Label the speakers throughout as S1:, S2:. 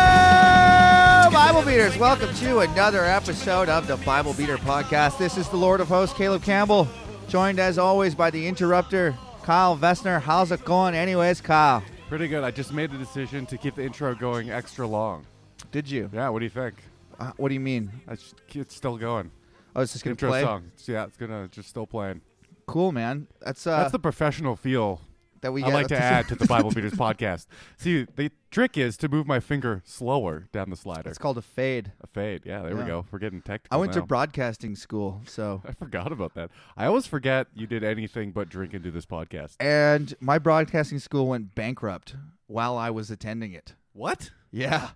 S1: Hello, Bible Beaters. Welcome to another episode of the Bible Beater Podcast. This is the Lord of Hosts, Caleb Campbell, joined as always by the interrupter, Kyle Vessner. How's it going, anyways, Kyle?
S2: Pretty good. I just made the decision to keep the intro going extra long.
S1: Did you?
S2: Yeah, what do you think?
S1: Uh, what do you mean?
S2: I just, it's still going.
S1: Oh, it's just going to
S2: intro
S1: play?
S2: song. It's- yeah, it's gonna just still playing.
S1: Cool, man. That's, uh,
S2: That's the professional feel
S1: that we
S2: I
S1: get
S2: like to
S1: with-
S2: add to the Bible Beaters podcast. See, the trick is to move my finger slower down the slider.
S1: It's called a fade.
S2: A fade. Yeah, there we
S1: Yeah.
S2: go. We're getting technical.
S1: I went to
S2: now.
S1: broadcasting school, so.
S2: I forgot about that. I always forget you did anything but drink and do this podcast.
S1: And my broadcasting school went bankrupt while I was attending it.
S2: What?
S1: Yeah.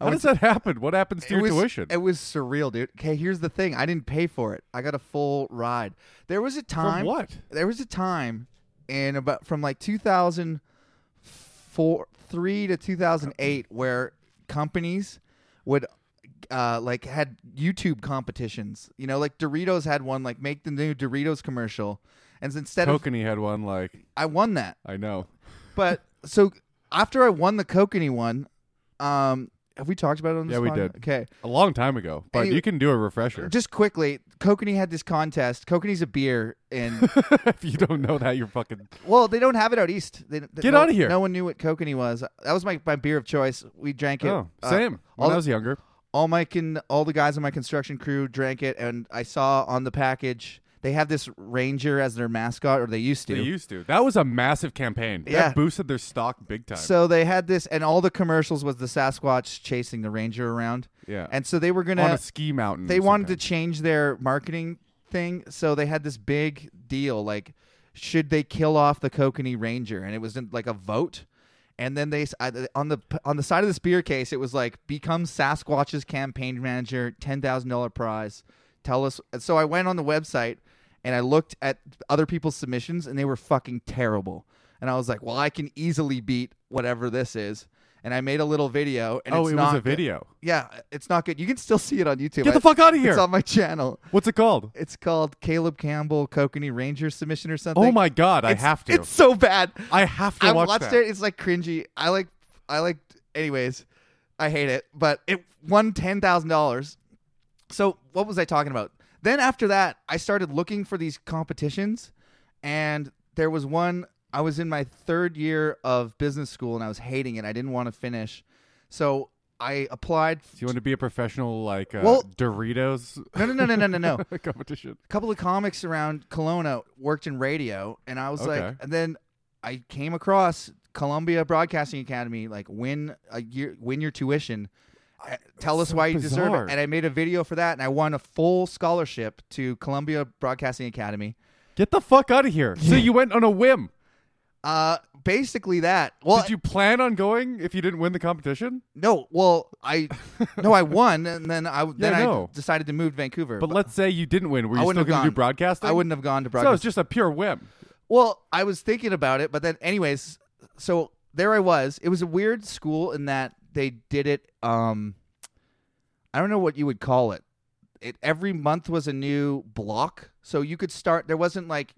S1: I
S2: How
S1: went
S2: does that happen? What happens to your
S1: was,
S2: tuition?
S1: It was surreal, dude. Okay, here's the thing. I didn't pay for it. I got a full ride. There was a time.
S2: From what?
S1: There was a time, in about from like 2004, three to 2008, where companies would. Uh, like had YouTube competitions, you know, like Doritos had one, like make the new Doritos commercial, and instead of
S2: Kokanee had one. Like
S1: I won that,
S2: I know.
S1: but so after I won the Kokanee one, um, have we talked about it on this?
S2: Yeah, we
S1: pod?
S2: did.
S1: Okay,
S2: A long time ago, but
S1: Anyway-
S2: you can do a refresher.
S1: Just quickly, Kokanee had this contest. Kokanee's a beer, and
S2: if you don't know that, you're fucking.
S1: well, they don't have it out east. They, they-
S2: Get
S1: no,
S2: outta here.
S1: No one knew what Kokanee was. That was my, my beer of choice. We drank it.
S2: Oh,
S1: Uh,
S2: same.
S1: all,
S2: when I was younger,
S1: all my con, all the guys on my construction crew drank it, and I saw on the package they have this ranger as their mascot, or they used to.
S2: they used to. That was a massive campaign.
S1: Yeah.
S2: That boosted their stock big time.
S1: so they had this, and all the commercials was the Sasquatch chasing the ranger around.
S2: Yeah.
S1: and so they were gonna
S2: on a ski mountain.
S1: uh, they wanted to change their marketing thing, so they had this big deal like should they kill off the Kokanee Ranger and it was in, like a vote. And then they s- I- on the on the side of the spear case it was like become Sasquatch's campaign manager, $10,000 prize. Tell us and so I went on the website and I looked at other people's submissions and they were fucking terrible. And I was like, "Well, I can easily beat whatever this is." And I made a little video and
S2: Oh,
S1: it's
S2: it
S1: not
S2: was a
S1: good.
S2: video.
S1: Yeah, it's not good. You can still see it on YouTube.
S2: Get
S1: I-
S2: the fuck out of here.
S1: It's on my channel.
S2: What's it called?
S1: It's called Caleb Campbell Kokanee Ranger submission or something.
S2: Oh my god, I
S1: It's-
S2: have to.
S1: It's so bad.
S2: I have to
S1: I
S2: watch
S1: watched
S2: that.
S1: it. It's like cringy. I like. I like. Anyways, I hate it. But it won ten thousand dollars. So what was I talking about? Then after that, I started looking for these competitions, and there was one. I was in my third year of business school, and I was hating it. I didn't want to finish, so I applied.
S2: Do you want to be a professional like uh,
S1: Well-
S2: Doritos
S1: No, no, no, no, no, no, no.
S2: competition?
S1: couple of comics around Kelowna worked in radio, and I was like,
S2: Okay.
S1: and then I came across Columbia Broadcasting Academy, like win a year, win your tuition, Uh, tell us
S2: so
S1: why you deserve
S2: bizarre.
S1: it, and I made a video for that, and I won a full scholarship to Columbia Broadcasting Academy.
S2: Get the fuck out of here. So you went on a whim.
S1: Uh, basically that. Well,
S2: Did you plan on going if you didn't win the competition?
S1: no, well, I, no, I won, and then I then
S2: Yeah,
S1: I
S2: no.
S1: decided to move to Vancouver.
S2: But let's say you didn't win. Were
S1: I
S2: you still
S1: wouldn't have
S2: going
S1: gone
S2: to do broadcasting?
S1: I wouldn't have gone to
S2: So
S1: broadcasting.
S2: it's just a pure whim.
S1: Well, I was thinking about it, but then, anyways, so there I was. It was a weird school in that they did it. Um, I don't know what you would call it. It every month was a new block, so you could start. There wasn't like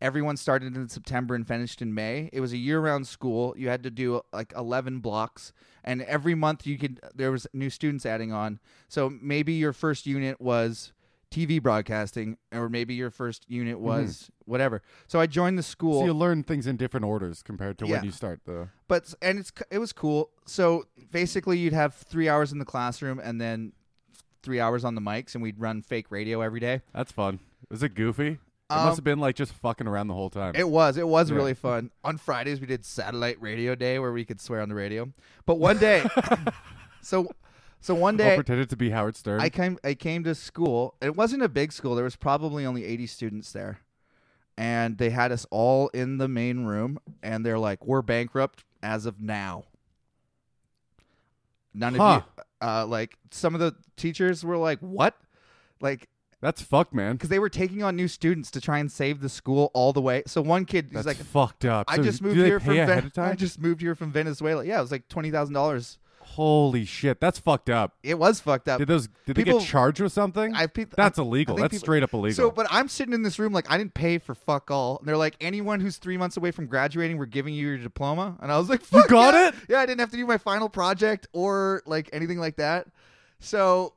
S1: everyone started in September and finished in May. It was a year-round school. You had to do like eleven blocks, and every month you could there was new students adding on. So maybe your first unit was TV broadcasting, or maybe your first unit was whatever. So I joined the school.
S2: So you learn things in different orders compared to
S1: Yeah.
S2: when you start the.
S1: but and it's it was cool. So basically, you'd have three hours in the classroom and then three hours on the mics, and we'd run fake radio every day.
S2: That's fun. Was it goofy? It
S1: Um,
S2: must have been like just fucking around the whole time.
S1: It was it was
S2: Yeah.
S1: really fun. On Fridays, we did satellite radio day where we could swear on the radio. But one day, so so one
S2: All
S1: day.
S2: pretended to be Howard Stern.
S1: I came. I came to school. It wasn't a big school. There was probably only eighty students there, and they had us all in the main room. And they're like, "We're bankrupt as of now." None
S2: Huh.
S1: of you, uh, like some of the teachers were like, "What?" Like,
S2: That's fucked, man.
S1: because they were taking on new students to try and save the school all the way. So one kid
S2: That's
S1: was like,
S2: fucked up.
S1: "I
S2: So
S1: just
S2: do
S1: moved
S2: they
S1: here
S2: pay
S1: from
S2: ahead
S1: Ven-
S2: of time.
S1: I just moved here from Venezuela." Yeah, it was like twenty thousand dollars
S2: Holy shit, that's fucked up.
S1: It was fucked up.
S2: Did those? Did they
S1: People-
S2: get charged with something?
S1: I pe-
S2: that's
S1: I- I
S2: illegal.
S1: think
S2: That's
S1: people-
S2: straight up illegal.
S1: So, but I'm sitting in this room like I didn't pay for fuck all, and they're like, anyone who's three months away from graduating, we're giving you your diploma, and I was like, fuck
S2: got
S1: yeah.
S2: it?
S1: Yeah, I didn't have to do my final project or like anything like that. So,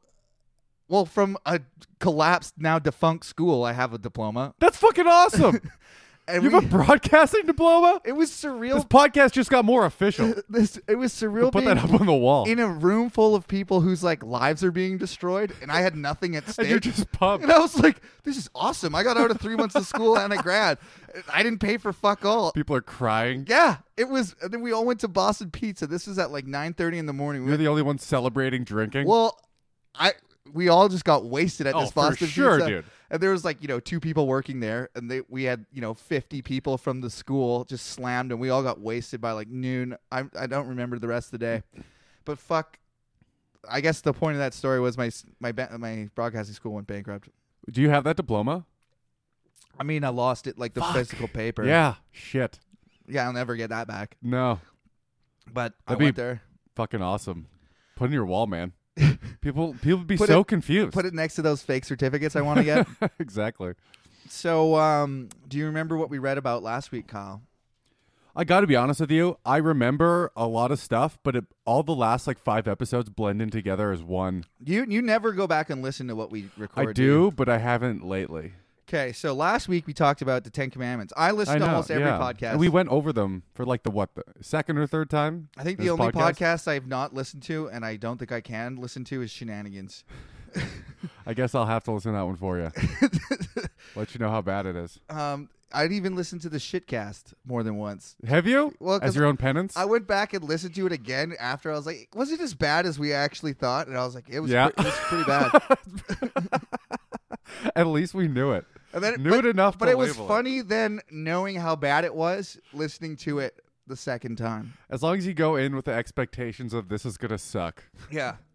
S1: well, from a collapsed now defunct school, I have a diploma.
S2: that's fucking awesome.
S1: And
S2: you
S1: we-
S2: have a broadcasting diploma.
S1: it was
S2: This
S1: surreal.
S2: podcast just got more official.
S1: This it was surreal.
S2: Put
S1: being
S2: that up on the wall.
S1: in a room full of people whose like lives are being destroyed, and I had nothing at stake.
S2: and you're just pumped.
S1: And I was like, this is awesome. I got out of three months of school and I grad. I didn't pay for fuck all.
S2: People are crying.
S1: Yeah, it was. And then we all went to Boston Pizza. This was at like 9.30 in the morning. We
S2: You're
S1: went,
S2: the only one celebrating drinking.
S1: well, I we all just got wasted at
S2: Oh,
S1: this
S2: for
S1: Boston
S2: sure,
S1: Pizza.
S2: dude.
S1: And there was like, you know, two people working there. And they we had, you know, 50 people from the school just slammed. And we all got wasted by like noon. I, I don't remember the rest of the day. But fuck. I guess the point of that story was my s- my ba- my broadcasting school went bankrupt.
S2: Do you have that diploma?
S1: I mean, I lost it like the physical paper.
S2: Yeah. Shit.
S1: Yeah, I'll never get that back.
S2: No.
S1: But I
S2: That'd be-
S1: went there.
S2: Fucking awesome. Put it in your wall, man. People people would be
S1: Put
S2: so
S1: it-
S2: confused.
S1: Put it next to those fake certificates I want to get.
S2: exactly.
S1: so, um, do you remember what we read about last week, Kyle?
S2: I got to be honest with you. I remember a lot of stuff, but it, all the last like five episodes blend in together as one.
S1: You you never go back and listen to what we record.
S2: I do, but I haven't lately.
S1: Okay, so last week we talked about the Ten Commandments. I listen
S2: I know.
S1: to almost every
S2: yeah.
S1: podcast.
S2: And we went over them for like the what the second or third time.
S1: I think
S2: in
S1: the
S2: this
S1: only podcast. I've not listened to, and I don't think I can listen to, is Shenanigans.
S2: I guess I'll have to listen to that one for you. Let you know how bad it is.
S1: Um, I'd even listened to the Shitcast more than once.
S2: Have you?
S1: Well, 'cause
S2: as your own penance?
S1: I went back and listened to it again after. I was like, was it as bad as we actually thought? And I was like, it was,
S2: Yeah.
S1: pre- it was pretty bad.
S2: At least we knew it.
S1: And then,
S2: Knew
S1: but,
S2: it enough
S1: but
S2: to
S1: it was
S2: label it.
S1: funny then knowing how bad it was, listening to it the second time.
S2: As long as you go in with the expectations of this is gonna suck.
S1: Yeah.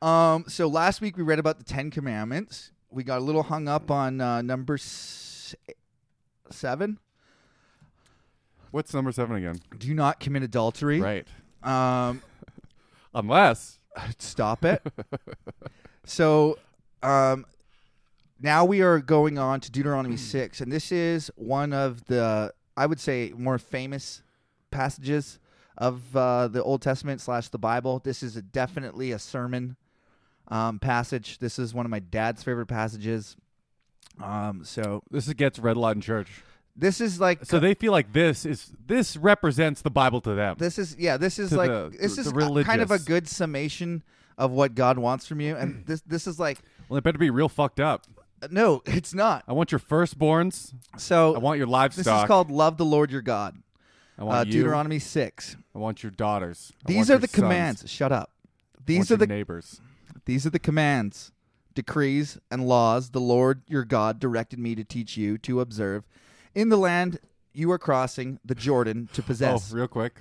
S1: Um. So last week we read about the Ten Commandments. We got a little hung up on uh, number s- seven.
S2: What's number seven again?
S1: Do not commit adultery.
S2: Right.
S1: Um.
S2: Unless
S1: Stop it. so, um, now we are going on to Deuteronomy 6, and this is one of the, I would say, more famous passages of uh, the Old Testament slash the Bible. This is a, definitely a sermon um, passage. This is one of my dad's favorite passages. Um, so,
S2: this gets read a lot in church.
S1: this is like.
S2: So they feel like this is this represents the Bible to them.
S1: This is yeah. This is
S2: To
S1: like
S2: the-
S1: this
S2: the
S1: is a- kind of a
S2: religious.
S1: good summation of what God wants from you, and this this is like
S2: well, it better be real fucked up.
S1: no, it's not.
S2: I want your firstborns.
S1: So
S2: I want your
S1: This
S2: livestock.
S1: is called "Love the Lord Your God."
S2: I
S1: Uh,
S2: want you.
S1: Deuteronomy six.
S2: I want your daughters. I want
S1: These
S2: your
S1: are the
S2: sons.
S1: commands. Shut up.
S2: I want
S1: These are
S2: your
S1: the
S2: neighbors.
S1: these are the commands, decrees, and laws the Lord your God directed me to teach you to observe in the land you are crossing the Jordan to possess.
S2: Oh, real quick.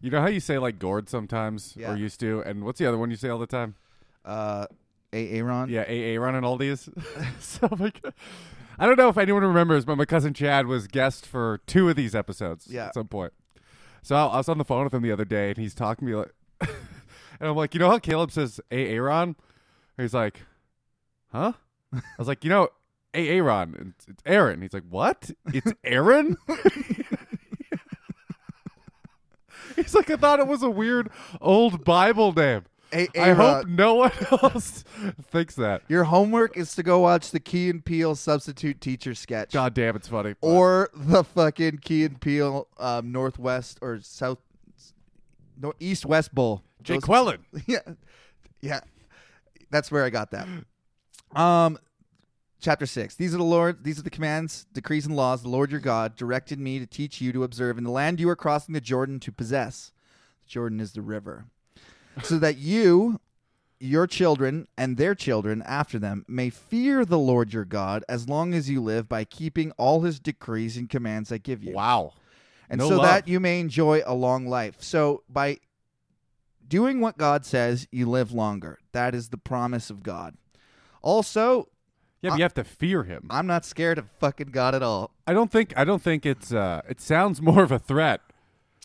S2: You know how you say like gourd sometimes,
S1: Yeah.
S2: or used to, and what's the other one you say all the time?
S1: uh, Aaron.
S2: Yeah, Aaron and all these. so like, I don't know if anyone remembers, but my cousin Chad was guest for two of these episodes
S1: Yeah.
S2: at some point. So I I was on the phone with him the other day, and he's talking to me like, and I'm like, you know how Caleb says Aaron? He's like, huh? I was like, you know, Aaron, and it's Aaron. He's like, what? It's Aaron. He's like, I thought it was a weird old Bible name. I hope
S1: Aaron.
S2: no one else thinks that.
S1: Your homework is to go watch the Key and Peele substitute teacher sketch.
S2: God damn, it's funny.
S1: or the fucking Key and Peele um, Northwest or South North East West Bowl.
S2: Jake
S1: Those-
S2: Quellen.
S1: yeah, yeah, that's where I got that. Um, chapter six. These are the Lord. These are the commands, decrees, and laws the Lord your God directed me to teach you to observe in the land you are crossing the Jordan to possess. Jordan is the river, so that you. Your children and their children after them may fear the Lord your God as long as you live by keeping all his decrees and commands I give you
S2: Wow.
S1: and
S2: No
S1: so
S2: love.
S1: that you may enjoy a long life. So by doing what God says, you live longer. That is the promise of God. Also,
S2: Yeah, but you have to fear him.
S1: I'm not scared of fucking God at all.
S2: I don't think I don't think it's uh it sounds more of a threat.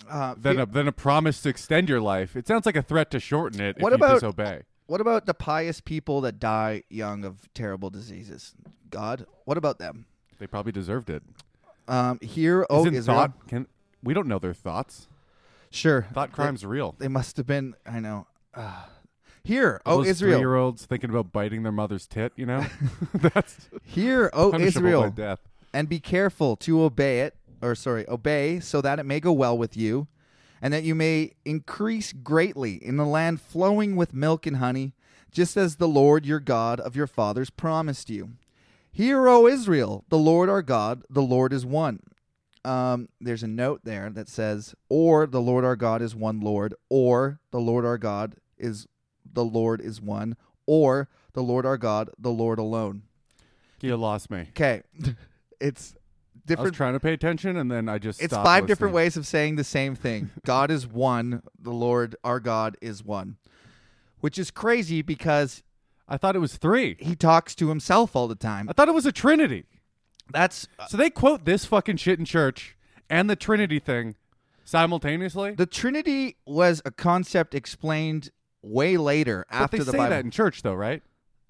S1: Uh,
S2: than a, than a promise to extend your life. It sounds like a threat to shorten it
S1: What
S2: if
S1: about-
S2: you disobey.
S1: What about the pious people that die young of terrible diseases? God, what about them?
S2: They probably deserved it.
S1: Um, here, oh,
S2: Isn't
S1: Israel.
S2: thought can we don't know their thoughts.
S1: Sure,
S2: Thought crime's real.
S1: They, they must have been. I know. Uh, here, oh
S2: Those
S1: Israel.
S2: three-year-olds thinking about biting their mother's tit. You know, that's
S1: Here, oh
S2: punishable by
S1: Israel,
S2: death.
S1: and be careful to obey it, or sorry, obey, so that it may go well with you, and that you may increase greatly in the land flowing with milk and honey, just as the Lord your God of your fathers promised you. Hear, O Israel, the Lord our God, the Lord is one. Um, there's a note there that says, or the Lord our God is one Lord, or the Lord our God is the Lord is one, or the Lord our God, the Lord alone.
S2: You lost me.
S1: Okay. It's
S2: I was
S1: different.
S2: trying to pay attention, and then I just
S1: It's
S2: stopped
S1: five different
S2: listening.
S1: ways of saying the same thing. God is one. The Lord, our God, is one. Which is crazy because
S2: I thought it was three.
S1: he talks to himself all the time.
S2: I thought it was a trinity.
S1: That's
S2: So they quote this fucking shit in church and the trinity thing simultaneously.
S1: the Trinity was a concept explained way later
S2: but
S1: after
S2: they
S1: the
S2: say
S1: Bible.
S2: that in church, though, right?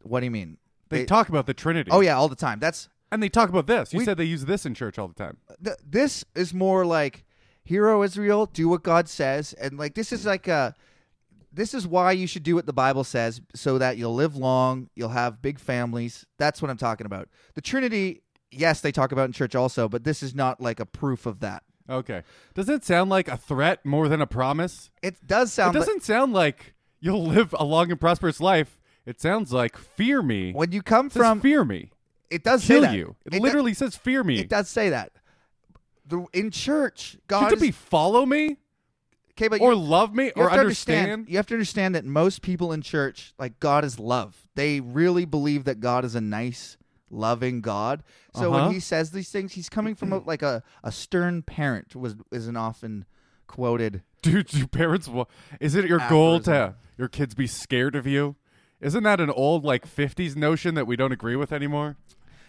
S1: what do you mean?
S2: They,
S1: They-
S2: talk about the trinity.
S1: oh yeah, all the time. That's
S2: and they talk about this. You
S1: We-
S2: said they use this in church all the time.
S1: th- this is more like hero israel do what god says and like this is like a this is why you should do what the bible says so that you'll live long you'll have big families that's what i'm talking about the trinity yes they talk about in church also but this is not like a proof of that
S2: Okay. Doesn't it sound like a threat more than a promise?
S1: it does
S2: It
S1: sound like
S2: doesn't sound like you'll live a long and prosperous life. It sounds like fear me.
S1: when you come
S2: It says
S1: from
S2: fear me.
S1: it does say
S2: Kill
S1: that.
S2: you. It,
S1: do-
S2: literally says fear me.
S1: it does say that the, in church god
S2: Should it
S1: is,
S2: be follow me
S1: okay but
S2: or
S1: you,
S2: love me
S1: you
S2: or
S1: have to understand
S2: understand?
S1: you have to understand that most people in church like god is love they really believe that god is a nice loving god so
S2: Uh-huh.
S1: when he says these things he's coming from a, like a, a stern parent was is an often quoted
S2: Dude, do parents wa- Is it your goal to
S1: Aphorism.
S2: your kids be scared of you? Isn't that an old like 50s notion that we don't agree with anymore?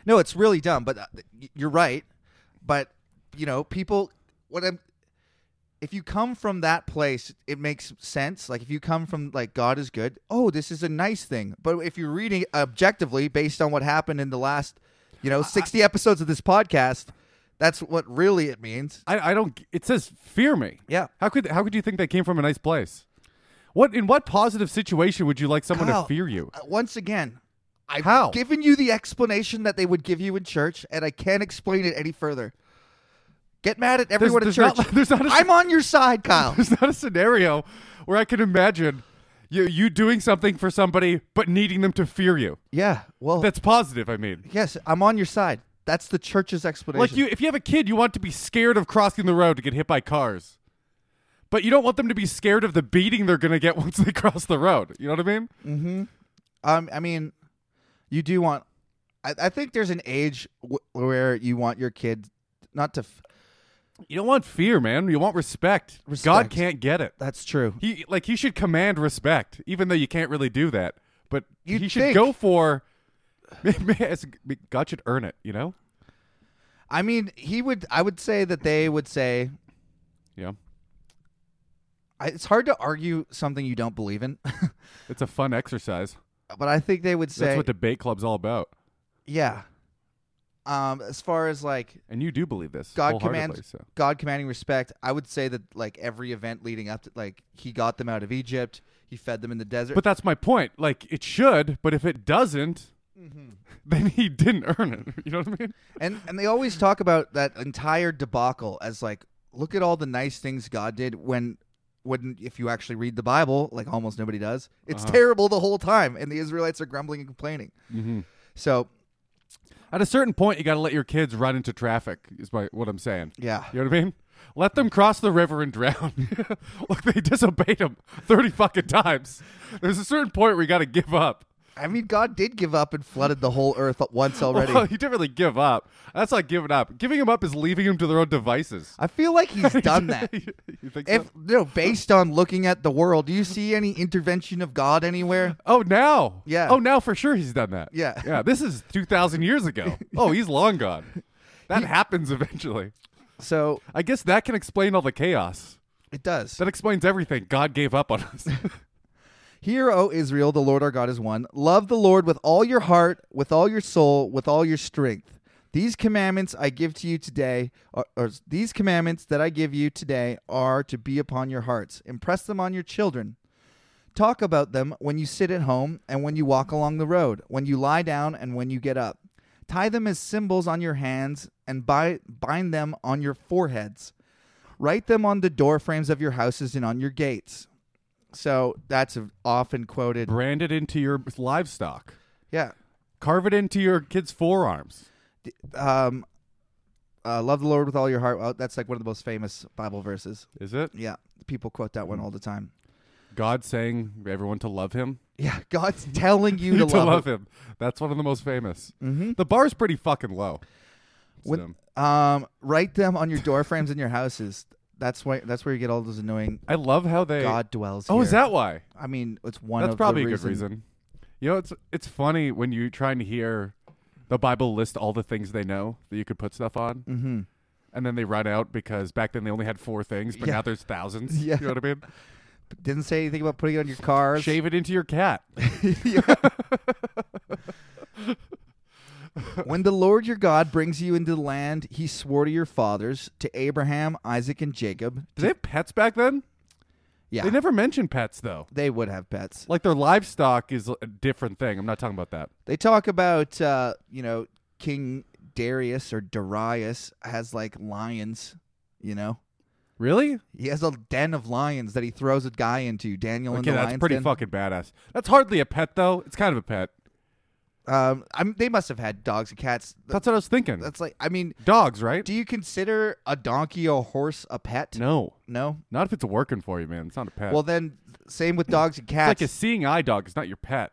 S1: no it's really dumb but uh, y- you're right but you know people what i'm if you come from that place it makes sense like if you come from like god is good oh this is a nice thing but if you're reading objectively based on what happened in the last you know 60 episodes of this podcast that's what really it means
S2: I, I don't. g- It says fear me.
S1: Yeah.
S2: How could how could you think that came from a nice place? What in what positive situation would you like someone
S1: Kyle,
S2: to fear you?
S1: uh, once again i've
S2: How?
S1: given you the explanation that they would give you in church and i can't explain it any further get mad at everyone
S2: there's
S1: in
S2: not-
S1: church
S2: there's not a-
S1: i'm on your side kyle
S2: There's not a scenario where I can imagine you you doing something for somebody but needing them to fear you.
S1: yeah well
S2: That's positive. I mean,
S1: Yes, I'm on your side. That's the church's explanation.
S2: like you if you have a kid, you want to be scared of crossing the road to get hit by cars, but you don't want them to be scared of the beating they're gonna get once they cross the road. You know what I mean?
S1: um, I mean, you do want. I, I think there's an age w- where you want your kid not to. F-
S2: You don't want fear, man. You want respect. God
S1: Respect.
S2: can't get it.
S1: That's true.
S2: He like he should command respect, even though you can't really do that. But
S1: You'd
S2: he should
S1: think.
S2: go for. It's- God should earn it, you know.
S1: I mean, he would. I would say that they would say
S2: Yeah,
S1: I, it's hard to argue something you don't believe in,
S2: it's a fun exercise.
S1: but I think they would
S2: That's
S1: say,
S2: what debate club's all about.
S1: yeah. Um, as far as like
S2: And you do believe this.
S1: God
S2: wholeheartedly,
S1: commands
S2: So.
S1: God commanding respect. I would say that like every event leading up to like he got them out of Egypt, he fed them in the desert.
S2: But that's my point. Like it should, but if it doesn't, then he didn't earn it. You know what I mean?
S1: and and they always talk about that entire debacle as like look at all the nice things god did when when if you actually read the bible like almost nobody does it's terrible the whole time and the israelites are grumbling and complaining so
S2: At a certain point, you got to let your kids run into traffic. Is my, what I'm saying.
S1: yeah
S2: You know what I mean? Let them cross the river and drown. Look, they disobeyed him 30 fucking times. There's a certain point where you got to give up.
S1: i mean god did give up and flooded the whole earth once already
S2: Well, you didn't really give up. That's not giving up. Giving him up is leaving him to their own devices.
S1: i feel like he's done that
S2: you think so?
S1: if you know based on looking at the world do you see any intervention of god anywhere
S2: Oh, now.
S1: Yeah.
S2: Oh, now for sure he's done that.
S1: Yeah.
S2: Yeah. This is 2,000 years ago. Oh, he's long gone. That happens eventually.
S1: so
S2: I guess that can explain all the chaos.
S1: It does.
S2: That explains everything. God gave up on us.
S1: Hear, O Israel, the Lord our God is one. Love the Lord with all your heart, with all your soul, with all your strength. These commandments I give to you today, or, or these commandments that I give you today are to be upon your hearts. Impress them on your children. Talk about them when you sit at home and when you walk along the road, when you lie down and when you get up. Tie them as symbols on your hands and bi- bind them on your foreheads. Write them on the doorframes of your houses and on your gates. So that's a often quoted.
S2: Brand it into your livestock.
S1: Yeah.
S2: Carve it into your kids' forearms.
S1: D- Um, uh, love the Lord with all your heart. Well, that's like one of the most famous Bible verses.
S2: Is it?
S1: Yeah. People quote that one all the time.
S2: God saying everyone to love him.
S1: Yeah. God's telling you to, love, him.
S2: him. That's one of the most famous. Mm-hmm. The bar's pretty fucking low.
S1: When,
S2: So,
S1: um, write them on your doorframes in your houses. That's why. That's where you get all those annoying.
S2: I love how they.
S1: God dwells.
S2: oh, is
S1: here."
S2: that why?
S1: I mean, it's one.
S2: That's
S1: of
S2: probably a
S1: the
S2: good reason. You know, it's it's funny when you're trying to hear the Bible list all the things they know that you could put stuff on,
S1: Mm-hmm.
S2: and then they run out because back then they only had four things, but
S1: Yeah.
S2: now there's thousands.
S1: Yeah.
S2: You know what I mean?
S1: Didn't say anything about putting it on your cars.
S2: Shave it into your cat.
S1: when the Lord your God brings you into the land he swore to your fathers, to Abraham, Isaac, and Jacob.
S2: Did they have pets back then?
S1: Yeah,
S2: They never mentioned pets though.
S1: they would have pets.
S2: Like their livestock is a different thing. I'm not talking about that.
S1: They talk about, uh, you know, King Darius or Darius has like lions, you know?
S2: Really?
S1: He has a den of lions that he throws a guy into, Daniel in
S2: Okay,
S1: the
S2: that's
S1: lion's
S2: pretty
S1: den.
S2: fucking badass. That's hardly a pet though. It's kind of a pet.
S1: Um, I'm, they must have had dogs and cats. Th-
S2: That's what I was thinking.
S1: That's like, I mean,
S2: Dogs, right?
S1: do you consider a donkey or horse a pet?
S2: no,
S1: No?
S2: not if it's working for you, man. It's not a pet.
S1: Well, then, same with dogs and
S2: It's
S1: cats.
S2: like a seeing eye dog is not your pet.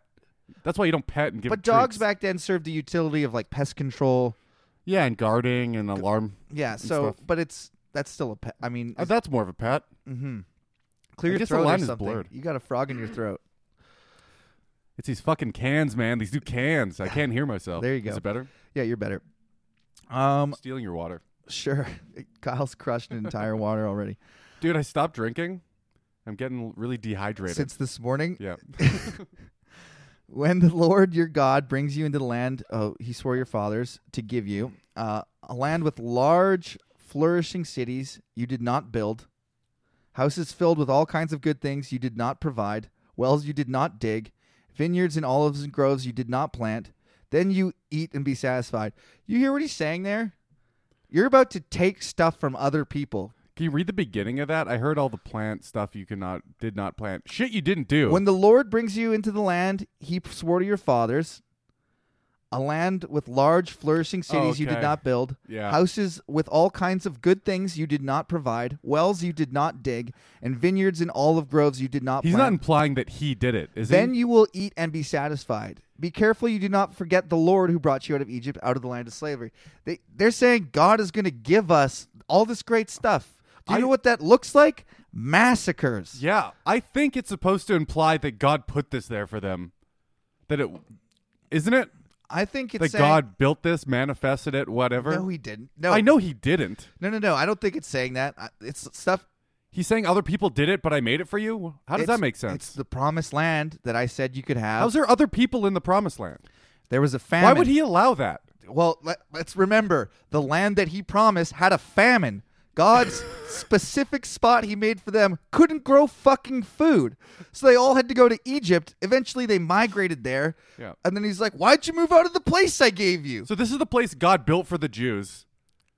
S2: That's why you don't pet and give.
S1: but
S2: it
S1: dogs
S2: treats.
S1: back then served the utility of like pest control.
S2: yeah, and guarding and alarm.
S1: Yeah, so,
S2: stuff.
S1: but it's, that's still a pet. I mean,
S2: Uh, that's more of a pet.
S1: clear
S2: I
S1: your
S2: guess the
S1: throat
S2: line
S1: or
S2: is
S1: something.
S2: blurred.
S1: You got a frog in your throat.
S2: It's these fucking cans, man. These new cans. I can't hear myself.
S1: There you
S2: Is
S1: go.
S2: it better?
S1: Yeah, you're better. Um,
S2: Stealing your water,
S1: sure. Kyle's crushed an entire water already
S2: dude. I stopped drinking. I'm getting really dehydrated.
S1: since this morning.
S2: yeah.
S1: When the Lord your God brings you into the land, oh, he swore your fathers to give you uh, a land with large, flourishing cities you did not build, houses filled with all kinds of good things you did not provide, wells you did not dig, vineyards and olives and groves you did not plant. Then you eat and be satisfied. You hear what he's saying there? You're about to take stuff from other people.
S2: Can you read the beginning of that? I heard all the plant stuff you could not did not plant. Shit, you didn't do.
S1: When the Lord brings you into the land he swore to your fathers, a land with large, flourishing cities you did
S2: Okay.
S1: not build,
S2: Yeah.
S1: houses with all kinds of good things you did not provide, wells you did not dig, and vineyards and olive groves you did not
S2: He's not
S1: plant.
S2: implying that he did it, is
S1: then
S2: he?
S1: you will eat and be satisfied. Be careful you do not forget the Lord who brought you out of Egypt, out of the land of slavery. They, they're saying God is going to give us all this great stuff. Do you
S2: I-
S1: know what that looks like? Massacres.
S2: Yeah, I think it's supposed to imply that God put this there for them. That it isn't it
S1: I think it's
S2: that
S1: saying,
S2: God built this, manifested it, whatever.
S1: No, he didn't. No,
S2: I know he didn't.
S1: No, no, no. I don't think it's saying that. I- It's stuff.
S2: He's saying other people did it, but I made it for you. How does
S1: it's-
S2: that make
S1: It's
S2: sense?
S1: the promised land that I said you could have.
S2: How's there other people in the promised land?
S1: there was a famine.
S2: Why would he allow that?
S1: Well, let, let's remember the land that he promised had a famine. God's specific spot he made for them couldn't grow fucking food. So they all had to go to Egypt. Eventually they migrated there.
S2: Yeah.
S1: And then he's like, Why'd you move out of the place I gave you?
S2: So this is the place God built for the Jews,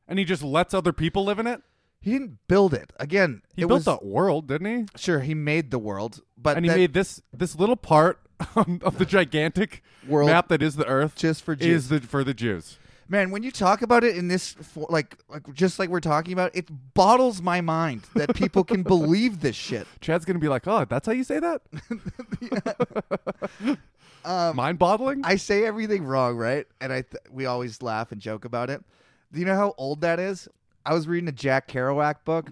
S2: and he just lets other people live in it?
S1: He didn't build it. Again,
S2: He
S1: it
S2: built
S1: was
S2: the world, didn't he?
S1: sure he made the world, but
S2: and he
S1: that-
S2: made this this little part of the gigantic
S1: World
S2: map that is the Earth
S1: just for
S2: is the for the Jews.
S1: Man, when you talk about it in this, fo- like, like just like we're talking about, it boggles my mind that people can believe this shit.
S2: Chad's gonna be like, "Oh, that's how you say that."
S1: Um,
S2: Mind boggling.
S1: I say everything wrong, right? And I, th- we always laugh and joke about it. Do you know how old that is? I was reading a Jack Kerouac book,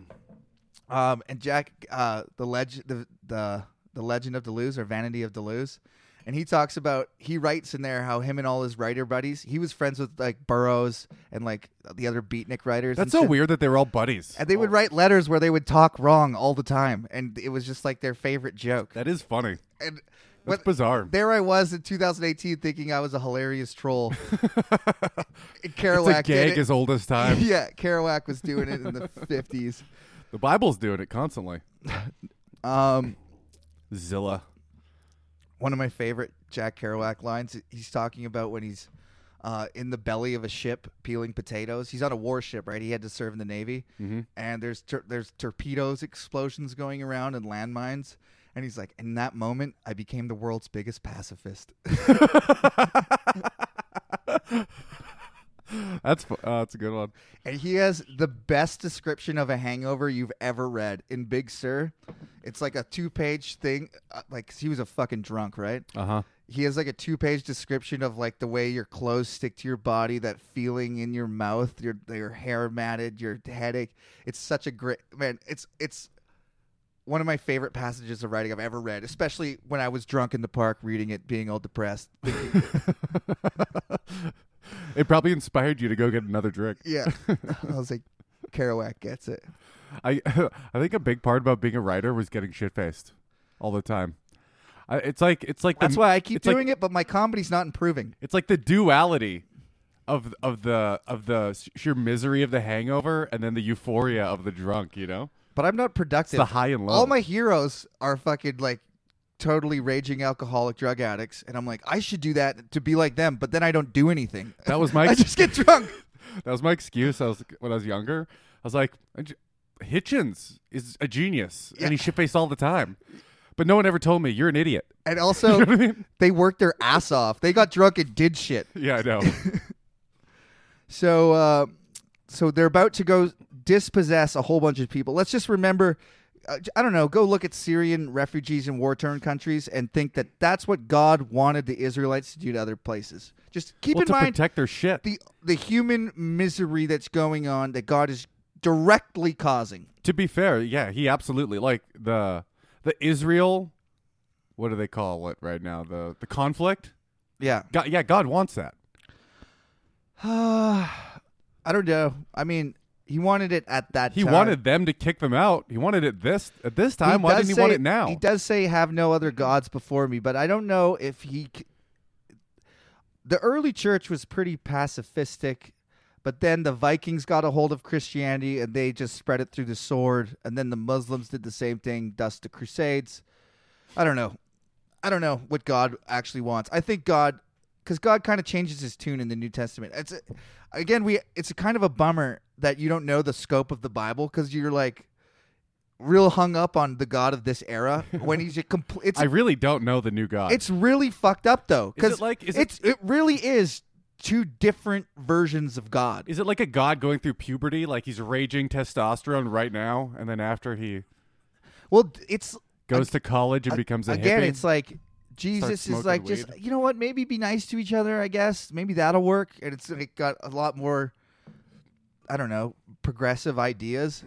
S1: um, and Jack, uh, the legend, the, the the legend of Deleuze or Vanity of Deleuze, and he talks about he writes in there how him and all his writer buddies he was friends with like Burroughs and like the other beatnik writers.
S2: That's
S1: and
S2: so
S1: shit.
S2: weird that they were all buddies.
S1: And they would write letters where they would talk wrong all the time, and it was just like their favorite joke.
S2: That is funny.
S1: And
S2: That's
S1: when-
S2: bizarre.
S1: there I was in 2018 thinking I was a hilarious troll. And
S2: It's a
S1: Kerouac did
S2: gag
S1: it.
S2: as old as time.
S1: yeah, Kerouac was doing it in the 50s.
S2: the Bible's doing it constantly.
S1: Um,
S2: Zilla.
S1: one of my favorite Jack Kerouac lines. He's talking about when he's uh, in the belly of a ship peeling potatoes. He's on a warship, right? He had to serve in the navy, and there's tor- there's torpedoes, explosions going around, and landmines. And he's like, in that moment, I became the world's biggest pacifist.
S2: That's fu- uh, that's a good one.
S1: and he has the best description of a hangover you've ever read in Big Sur. It's like a two page thing. uh, Like, 'cause he was a fucking drunk, right?
S2: Uh huh.
S1: he has like a two page description of like the way your clothes stick to your body, that feeling in your mouth, your your hair matted, your headache. It's such a great man. It's it's one of my favorite passages of writing I've ever read, especially when I was drunk in the park reading it, being all depressed.
S2: It probably inspired you to go get another drink.
S1: yeah, I was like, Kerouac gets it.
S2: I I think a big part about being a writer was getting shit faced all the time. I, it's like it's like
S1: That's
S2: the,
S1: why I keep
S2: it's like-
S1: doing it, but my comedy's not improving.
S2: It's like the duality of of the of the sheer misery of the hangover and then the euphoria of the drunk. You know,
S1: But I'm not productive.
S2: the high and low.
S1: All my heroes are fucking like totally raging alcoholic drug addicts, and I'm like, I should do that to be like them, but then I don't do anything.
S2: That was my-
S1: I just get drunk.
S2: that was my excuse. I was when I was younger. I was like, I ju- Hitchens is a genius and he shit faced all the time, but no one ever told me you're an idiot.
S1: And also,
S2: You know what I mean?
S1: they worked their ass off. They got drunk and did shit.
S2: Yeah, I know.
S1: So, uh, so they're about to go dispossess a whole bunch of people. Let's just remember. uh, I don't know. Go look at Syrian refugees in war-torn countries and think that that's what God wanted the Israelites to do to other places. Just keep
S2: well,
S1: in
S2: to
S1: mind
S2: protect their shit.
S1: the the human misery that's going on that God is directly causing.
S2: to be fair, yeah, he absolutely like the the Israel. What do they call it right now? The the conflict.
S1: Yeah.
S2: God, yeah, God wants that.
S1: I don't know. I mean, he wanted it at that
S2: He
S1: time.
S2: wanted them to kick them out. He wanted it this at this
S1: He
S2: time. Why
S1: does
S2: didn't he
S1: say-
S2: want it now?
S1: He does say have no other gods before me, but I don't know if he c- The early church was pretty pacifistic, but then the Vikings got a hold of Christianity and they just spread it through the sword, and then the Muslims did the same thing, thus the crusades. I don't know. I don't know what God actually wants. I think God, because God kind of changes his tune in the New Testament. It's a, again, we it's a kind of a bummer that you don't know the scope of the Bible because you're like real hung up on the God of this era when he's a complete. It's,
S2: I really don't know the new God.
S1: it's really fucked up though
S2: Is it
S1: because
S2: like- is it-
S1: it's it, really is two different versions of God.
S2: is it like a God going through puberty? Like he's raging testosterone right now, and then after he
S1: well, d- it's
S2: goes to college and becomes a
S1: again,
S2: hippie.
S1: it's like Jesus is
S2: smoking
S1: like just
S2: weed.
S1: you know what? Maybe be nice to each other. I guess maybe that'll work. And it's it got a lot more, I don't know, progressive ideas.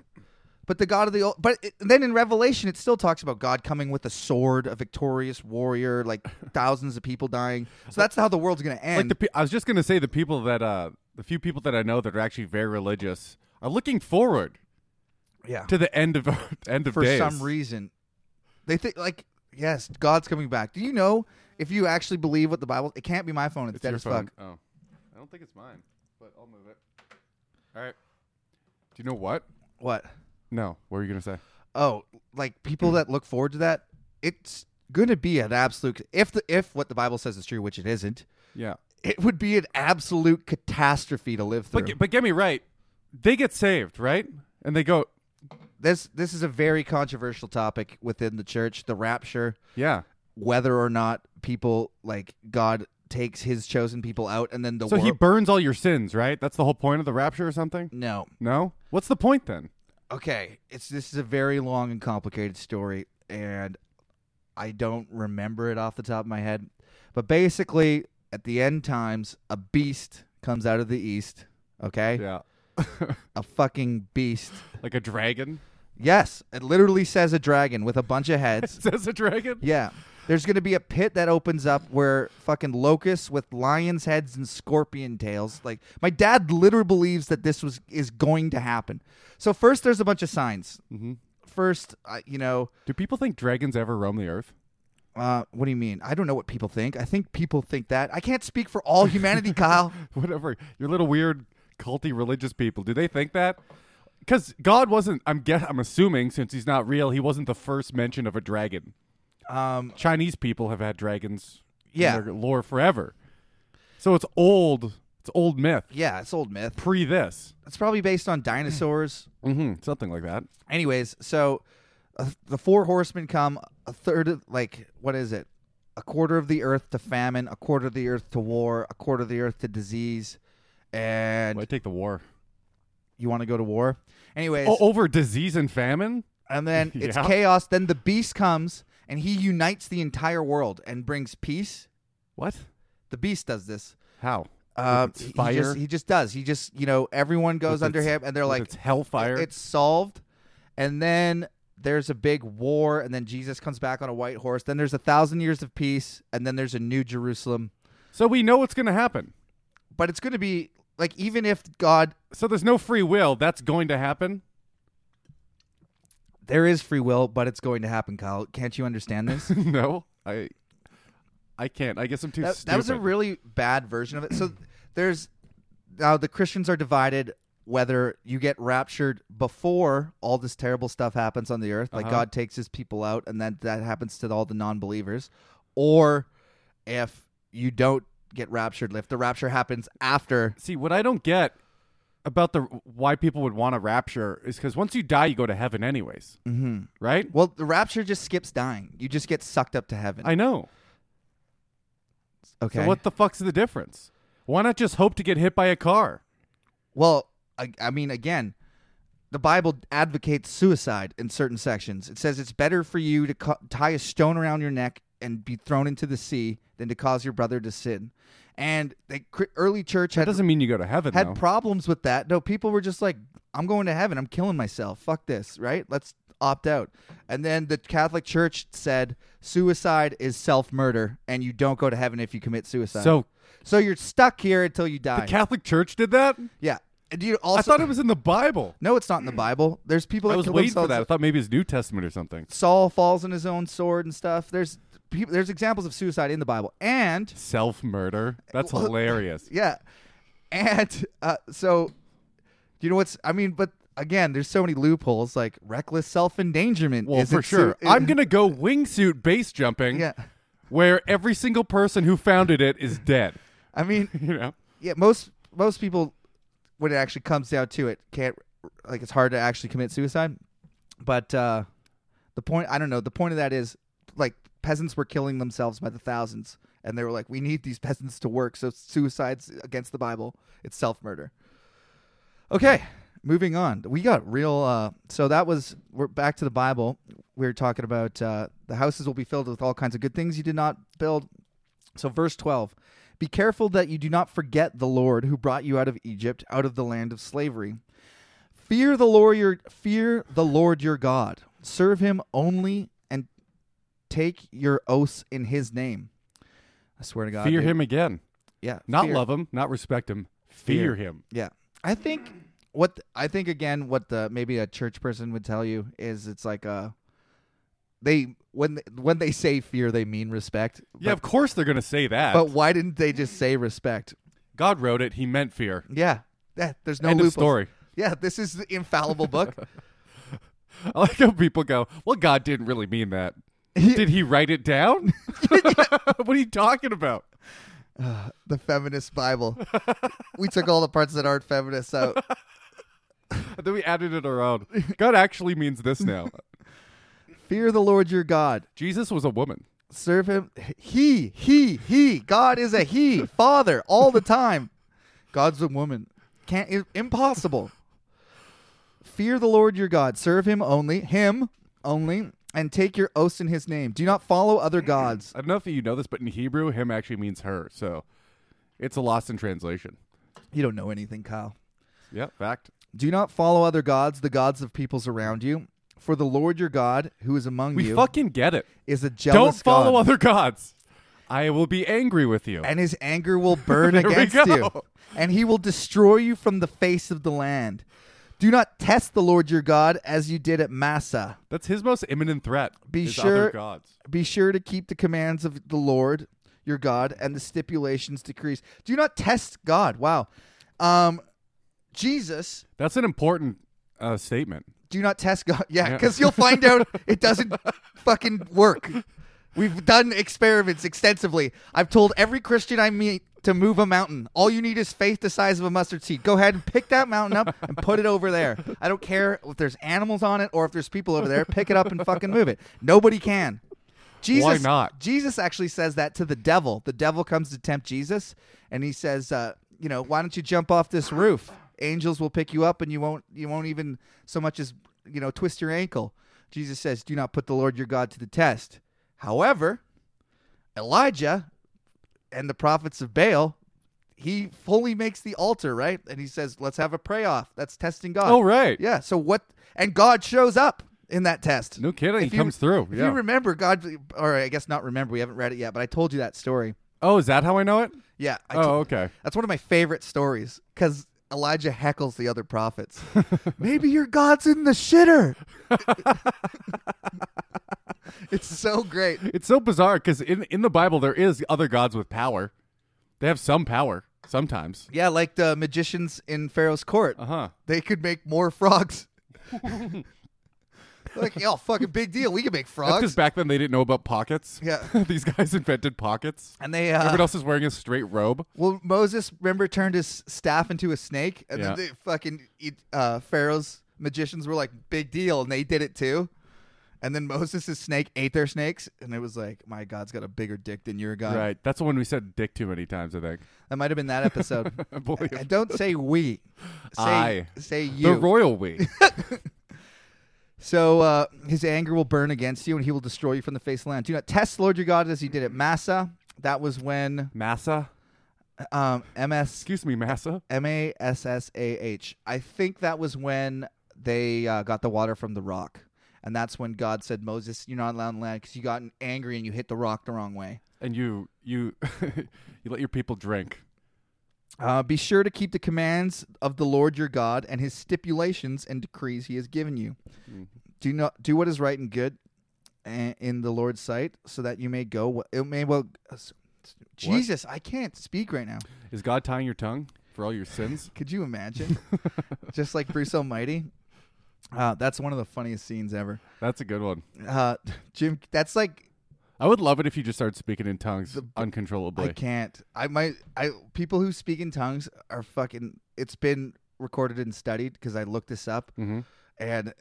S1: But the God of the old, but it, then in Revelation, it still talks about God coming with a sword, a victorious warrior, like thousands of people dying. So that's how the world's going to
S2: like
S1: end.
S2: the, pe- I was just gonna say the people that uh the few people that I know that are actually very religious are looking forward
S1: yeah,
S2: to the end of end of
S1: for
S2: days.
S1: some reason, they think like yes, God's coming back. Do you know if you actually believe what the Bible? It can't be my phone. It's,
S2: It's
S1: dead
S2: your
S1: as
S2: phone.
S1: fuck.
S2: Oh, I don't think it's mine, but I'll move it. All right. Do you know what?
S1: What?
S2: No. What were you gonna say?
S1: oh, like
S2: Mm.
S1: people that look forward to that, it's gonna be an absolute if the if what the Bible says is true, which it isn't,
S2: Yeah.
S1: it would be an absolute catastrophe to live through.
S2: But but get me right. They get saved, right? And they go,
S1: this this is a very controversial topic within the church, the rapture,
S2: yeah.
S1: whether or not people like God takes his chosen people out and then the
S2: So
S1: world
S2: he burns all your sins, right? That's the whole point of the rapture or something?
S1: No.
S2: No? What's the point then?
S1: Okay. It's this is a very long and complicated story and I don't remember it off the top of my head. But basically, at the end times, a beast comes out of the east. Okay?
S2: Yeah.
S1: A fucking beast.
S2: like a dragon?
S1: Yes. It literally says a dragon with a bunch of heads.
S2: Says a dragon?
S1: yeah. There's going to be a pit that opens up where fucking locusts with lions' heads and scorpion tails. Like my dad literally believes that this was is going to happen. So first, there's a bunch of signs.
S2: Mhm.
S1: First, I you know,
S2: Do people think dragons ever roam the earth?
S1: uh, what do you mean? I don't know what people think. I think people think that. I can't speak for all humanity, Kyle.
S2: Whatever. Your little weird culty religious people. Do they think that? Because God wasn't. I'm guess. I'm assuming since he's not real, he wasn't the first mention of a dragon.
S1: Um,
S2: Chinese people have had dragons.
S1: Yeah.
S2: In their lore forever. So it's old. It's old myth.
S1: yeah, it's old myth.
S2: Pre this.
S1: It's probably based on dinosaurs.
S2: Mm-hmm. Something like that.
S1: Anyways, so uh, the four horsemen come a third, of, like what is it? A quarter of the earth to famine, a quarter of the earth to war, a quarter of the earth to disease, and
S2: Well, I take the war
S1: you want to go to war. Anyways,
S2: o- over disease and famine.
S1: and then it's
S2: Oh, Yeah.
S1: chaos. Then the beast comes and he unites the entire world and brings peace.
S2: What?
S1: The beast does this.
S2: How?
S1: Uh,
S2: With its
S1: he- he
S2: fire.
S1: just- He just, does. He just you know everyone goes
S2: With
S1: under
S2: its-
S1: him and they're
S2: with
S1: like
S2: its hellfire.
S1: It's solved. And then there's a big war, and then Jesus comes back on a white horse. Then there's a thousand years of peace, and then there's a new Jerusalem.
S2: so we know what's going to happen.
S1: But it's going to be like, even if God,
S2: So there's no free will. That's going to happen.
S1: there is free will, but it's going to happen, Kyle. Can't you understand this?
S2: no, I, I can't. I guess I'm too
S1: that,
S2: stupid.
S1: that was a really bad version of it. So there's now the Christians are divided whether you get raptured before all this terrible stuff happens on the earth, like
S2: Uh-huh.
S1: God takes his people out, and then that happens to all the non-believers, or if you don't get raptured, if the rapture happens after.
S2: See, what I don't get about the why people would want a rapture is because once you die, you go to heaven anyways,
S1: Mm-hmm.
S2: right?
S1: Well, the rapture just skips dying. You just get sucked up to heaven.
S2: I know.
S1: okay.
S2: So what the fuck's the difference? Why not just hope to get hit by a car?
S1: Well, I, I mean, again, the Bible advocates suicide in certain sections. It says it's better for you to co- tie a stone around your neck and be thrown into the sea than to cause your brother to sin. And the cr- early church
S2: That
S1: had
S2: doesn't mean you go to heaven.
S1: had
S2: though.
S1: problems with that. No, people were just like, "I'm going to heaven. I'm killing myself. Fuck this. Right? Let's opt out." And then the Catholic Church said suicide is self murder, and you don't go to heaven if you commit suicide.
S2: so
S1: so you're stuck here until you
S2: the
S1: die.
S2: Catholic Church did that.
S1: yeah. And you
S2: I
S1: also
S2: thought it was in the Bible.
S1: no, it's not in the Bible. There's people that
S2: Hmm. I was
S1: kill
S2: waiting for that. I
S1: themselves.
S2: thought maybe it's New Testament or something.
S1: Saul falls on his own sword and stuff. There's people, there's examples of suicide in the Bible, and
S2: Self murder. That's hilarious.
S1: yeah, and uh, so you know what's I mean, but again, there's so many loopholes like reckless self endangerment.
S2: Well, for sure. I'm gonna go wingsuit base jumping.
S1: yeah.
S2: Where every single person who founded it is dead.
S1: I mean,
S2: You know.
S1: yeah, most most people when it actually comes down to it can't like it's hard to actually commit suicide. But uh the point I don't know, the point of that is like peasants were killing themselves by the thousands and they were like we need these peasants to work so suicide's against the Bible. It's self-murder. Okay, moving on. We got real uh so that was we're back to the Bible. We were talking about uh the houses will be filled with all kinds of good things you did not build. So, verse 12 Be careful that you do not forget the Lord who brought you out of Egypt, out of the land of slavery. Fear the Lord your fear the Lord your God. Serve him only and take your oaths in his name. I swear to God.
S2: fear
S1: dude.
S2: him again.
S1: Yeah.
S2: Not
S1: fear.
S2: love him, not respect him.
S1: Fear.
S2: Fear, him.
S1: Yeah. I think what I think again what the maybe a church person would tell you is it's like a they when when they say fear they mean respect.
S2: Yeah, of
S1: but,
S2: course they're going to say that.
S1: but why didn't they just say respect?
S2: God wrote it. He meant fear.
S1: Yeah. Yeah, there's no
S2: End of
S1: loopholes.
S2: story.
S1: Yeah, this is the infallible book.
S2: I like how people go, well, God didn't really mean that. Did he write it down? what are you talking about?
S1: the feminist Bible. we took all the parts that aren't feminist out.
S2: And then we added it our own. God actually means this now.
S1: Fear the Lord your God.
S2: Jesus was a woman.
S1: Serve him. He, he, he. God is a he, father, all the time. God's a woman. Can't i- impossible. Fear the Lord your God. Serve him only, him only, and take your oaths in his name. Do not follow other gods.
S2: I don't know if you know this, but in Hebrew, him actually means her. So it's a lost in translation.
S1: You don't know anything, Kyle.
S2: Yeah, fact.
S1: Do not follow other gods, the gods of peoples around you, For the Lord your God who is among
S2: We
S1: you
S2: fucking get it.
S1: is a
S2: Don't
S1: jealous
S2: follow
S1: God,
S2: other gods. I will be angry with you.
S1: and his anger will burn
S2: There we
S1: against
S2: go.
S1: you, and he will destroy you from the face of the land. Do not test the Lord your God as you did at Massa.
S2: That's his most imminent threat.
S1: Be
S2: is
S1: sure-
S2: Other gods.
S1: Be sure to keep the commands of the Lord your God and the stipulations decrees. Do not test God. Wow. Um, Jesus,
S2: That's an important uh, statement.
S1: do not test God. Yeah,
S2: Yeah.
S1: because you'll find out it doesn't fucking work. We've done experiments extensively. I've told every Christian I meet to move a mountain. All you need is faith the size of a mustard seed. Go ahead and pick that mountain up and put it over there. I don't care if there's animals on it or if there's people over there. Pick it up and fucking move it. Nobody can. Jesus,
S2: Why not?
S1: Jesus actually says that to the devil. The devil comes to tempt Jesus, and he says, uh, "You know, why don't you jump off this roof? Angels will pick you up, and you won't. You won't even so much as you know twist your ankle." Jesus says, "Do not put the Lord your God to the test." However, Elijah and the prophets of Baal, he fully makes the altar right, and he says, "Let's have a pray off." That's testing God.
S2: Oh right.
S1: Uh, Yeah. So what? And God shows up in that test.
S2: No kidding.
S1: If
S2: he
S1: you-
S2: comes through.
S1: If
S2: Yeah.
S1: you remember, God, or I guess not remember, we haven't read it yet, but I told you that story.
S2: oh, is that how I know it?
S1: Yeah. I
S2: oh,
S1: to-
S2: okay.
S1: that's one of my favorite stories because Elijah heckles the other prophets. Maybe your God's in the shitter. it's so great.
S2: It's so bizarre because in in the Bible there is other gods with power. They have some power sometimes.
S1: Yeah, like the magicians in Pharaoh's court.
S2: Uh huh.
S1: They could make more frogs. like, yo, fucking big deal. We can make
S2: Because
S1: frogs.
S2: back then they didn't know about pockets.
S1: Yeah.
S2: These guys invented pockets.
S1: And they uh,
S2: Everyone else is wearing a straight robe.
S1: Well, Moses, remember, turned his staff into a snake, and then
S2: Yeah.
S1: the fucking uh, Pharaoh's magicians were like, big deal, and they did it too. And then Moses' snake ate their snakes, and it was like, my God's got a bigger dick than your God.
S2: Right. That's the one we said dick too many times, I think.
S1: That might have been that episode.
S2: I believe.
S1: and don't say we. Say,
S2: I.
S1: say you.
S2: the royal we.
S1: so uh, his anger will burn against you, and he will destroy you from the face of the land. Do not test the Lord your God as he did at Massa. That was when
S2: Massa.
S1: um, MS
S2: Excuse me, Massa.
S1: M A S S A H. I think that was when they uh, got the water from the rock. And that's when God said, Moses, you're not allowed to land because you got angry and you hit the rock the wrong way.
S2: And you you you let your people drink.
S1: Uh, be sure to keep the commands of the Lord your God and his stipulations and decrees he has given you. Do not do what is right and good a- in the Lord's sight, so that you may go. It may well. uh, Jesus, I can't speak right now.
S2: Is God tying your tongue for all your sins?
S1: Could you imagine? Just like Bruce Almighty. Uh, that's one of the funniest scenes ever.
S2: That's a good one.
S1: uh jim that's like
S2: I would love it if you just started speaking in tongues uncontrollably.
S1: i can't i might i people who speak in tongues are fucking it's been recorded and studied because i looked this up
S2: Mhm.
S1: and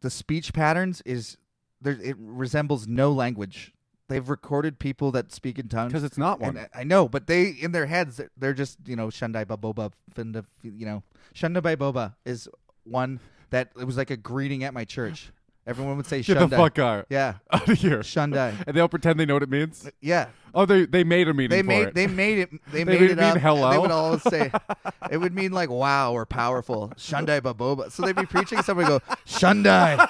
S1: the speech patterns is there it resembles no language they've recorded people that speak in tongues
S2: Because it's not one.
S1: and uh, I know, but they in their heads they're- they're just you know Shundai Baboba, Finda, you know Shundai Baboba is one that it was like a greeting at my church. Everyone would say
S2: Get
S1: Shundai.
S2: the fuck out,
S1: Yeah,
S2: out of here.
S1: Shundai.
S2: and they'll pretend they know what it means.
S1: Yeah,
S2: Oh, they they made a meaning
S1: they
S2: for
S1: made
S2: it.
S1: they made it they,
S2: They
S1: made
S2: would
S1: it
S2: mean
S1: up.
S2: hello?
S1: They would all say it would mean like wow or powerful Shundai Baboba. So they'd be preaching, someone would go Shundai.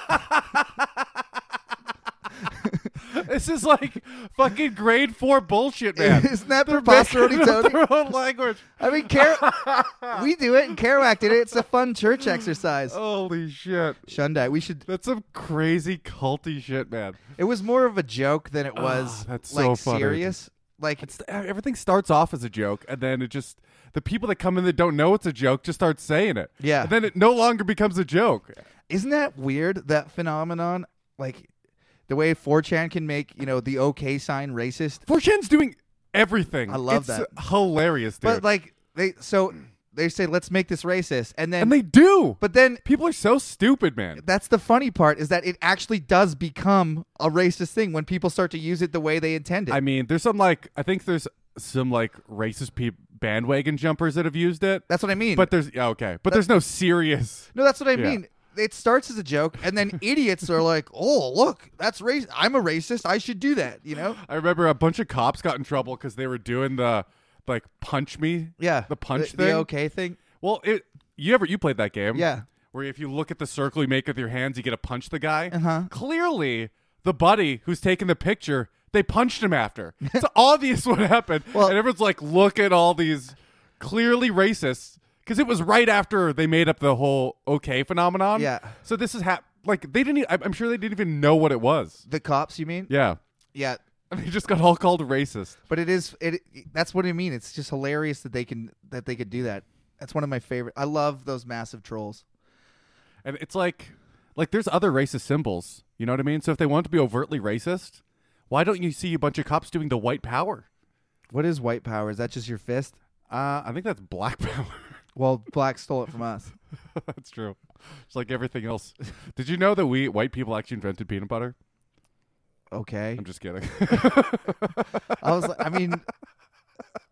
S2: this is like fucking grade four bullshit, man.
S1: Isn't that
S2: They're
S1: preposterity,
S2: making up
S1: Tony?
S2: their own language.
S1: I mean, Ker- we do it and Kerouac did it. It's a fun
S2: Oh.
S1: church exercise.
S2: Holy shit.
S1: Shundai. We should.
S2: That's some crazy culty shit, man.
S1: It was more of a joke than it was
S2: Ah, that's
S1: like
S2: so funny.
S1: serious. Like
S2: It's e, everything starts off as a joke, and then it just the people that come in that don't know it's a joke just start saying it.
S1: Yeah.
S2: and then it no longer becomes a joke.
S1: Isn't that weird? That phenomenon, like the way 4chan can make you know the OK sign racist,
S2: Fortune's doing everything.
S1: I love
S2: It's
S1: that.
S2: Hilarious, dude.
S1: but like they so they say let's make this racist, and then
S2: and they do.
S1: but then
S2: people are so stupid, man.
S1: that's the funny part is that it actually does become a racist thing when people start to use it the way they intended.
S2: I mean, there's some like I think there's some like racist peop bandwagon jumpers that have used it.
S1: that's what I mean.
S2: but there's yeah, okay, but there's no serious.
S1: no, that's what I
S2: Yeah.
S1: mean. It starts as a joke, and then idiots are like, "Oh, look, that's race. I'm a racist. I should do that." You know?
S2: I remember a bunch of cops got in trouble because they were doing the like punch me.
S1: Yeah.
S2: the punch
S1: the,
S2: thing.
S1: the OK thing.
S2: Well, it you ever you played that game?
S1: Yeah.
S2: where if you look at the circle you make with your hands, you get to punch the guy.
S1: Uh-huh.
S2: Clearly, the buddy who's taking the picture, they punched him after. It's obvious what happened.
S1: Well-
S2: and everyone's like, look at all these clearly racists. Because it was right after they made up the whole okay phenomenon.
S1: Yeah.
S2: So this is hap- like they didn't. e- I'm I'm sure they didn't even know what it was.
S1: The cops, you mean?
S2: Yeah.
S1: Yeah.
S2: They just got all called racist.
S1: But it is it. That's what I mean. It's just hilarious that they can that they could do that. That's one of my favorite. I love those massive trolls.
S2: And it's like like there's other racist symbols. You know what I mean? So if they want to be overtly racist, why don't you see a bunch of cops doing the white power?
S1: What is white power? Is that just your fist?
S2: Uh, I think that's black power.
S1: Well, black stole it from us.
S2: that's true. It's like everything else. Did you know that we white people actually invented peanut butter?
S1: Okay.
S2: I'm just kidding.
S1: I was. like- I mean,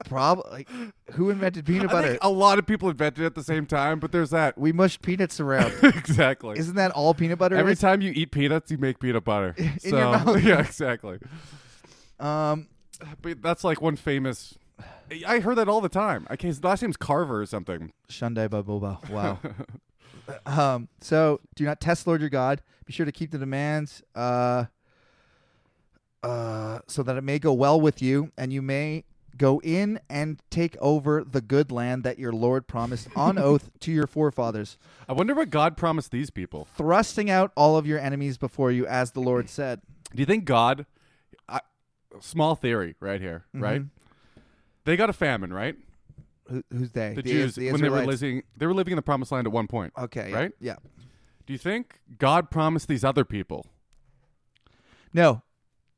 S1: probably. Like, who invented peanut
S2: I
S1: butter?
S2: think a lot of people invented it at the same time, but there's that.
S1: we mushed peanuts around.
S2: exactly.
S1: Isn't that all peanut butter
S2: Every
S1: is?
S2: time you eat peanuts, you make peanut butter.
S1: In
S2: so,
S1: your mouth.
S2: Yeah, exactly.
S1: um.
S2: But that's like one famous. I heard that all the time. I, his last name's Carver or something.
S1: Shundai Baboba. Wow. um, so do not test Lord your God. Be sure to keep the demands uh, uh, so that it may go well with you and you may go in and take over the good land that your Lord promised on oath to your forefathers,
S2: I wonder what God promised these people.
S1: thrusting out all of your enemies before you, as the Lord said.
S2: Do you think God? I, small theory right here,
S1: Mm-hmm.
S2: right? They got a famine, right?
S1: Who, who's they?
S2: The, Jews when they were
S1: Israelites.
S2: living, they were living in the Promised Land at one point.
S1: Okay. yeah,
S2: right?
S1: Yeah.
S2: Do you think God promised these other people?
S1: No,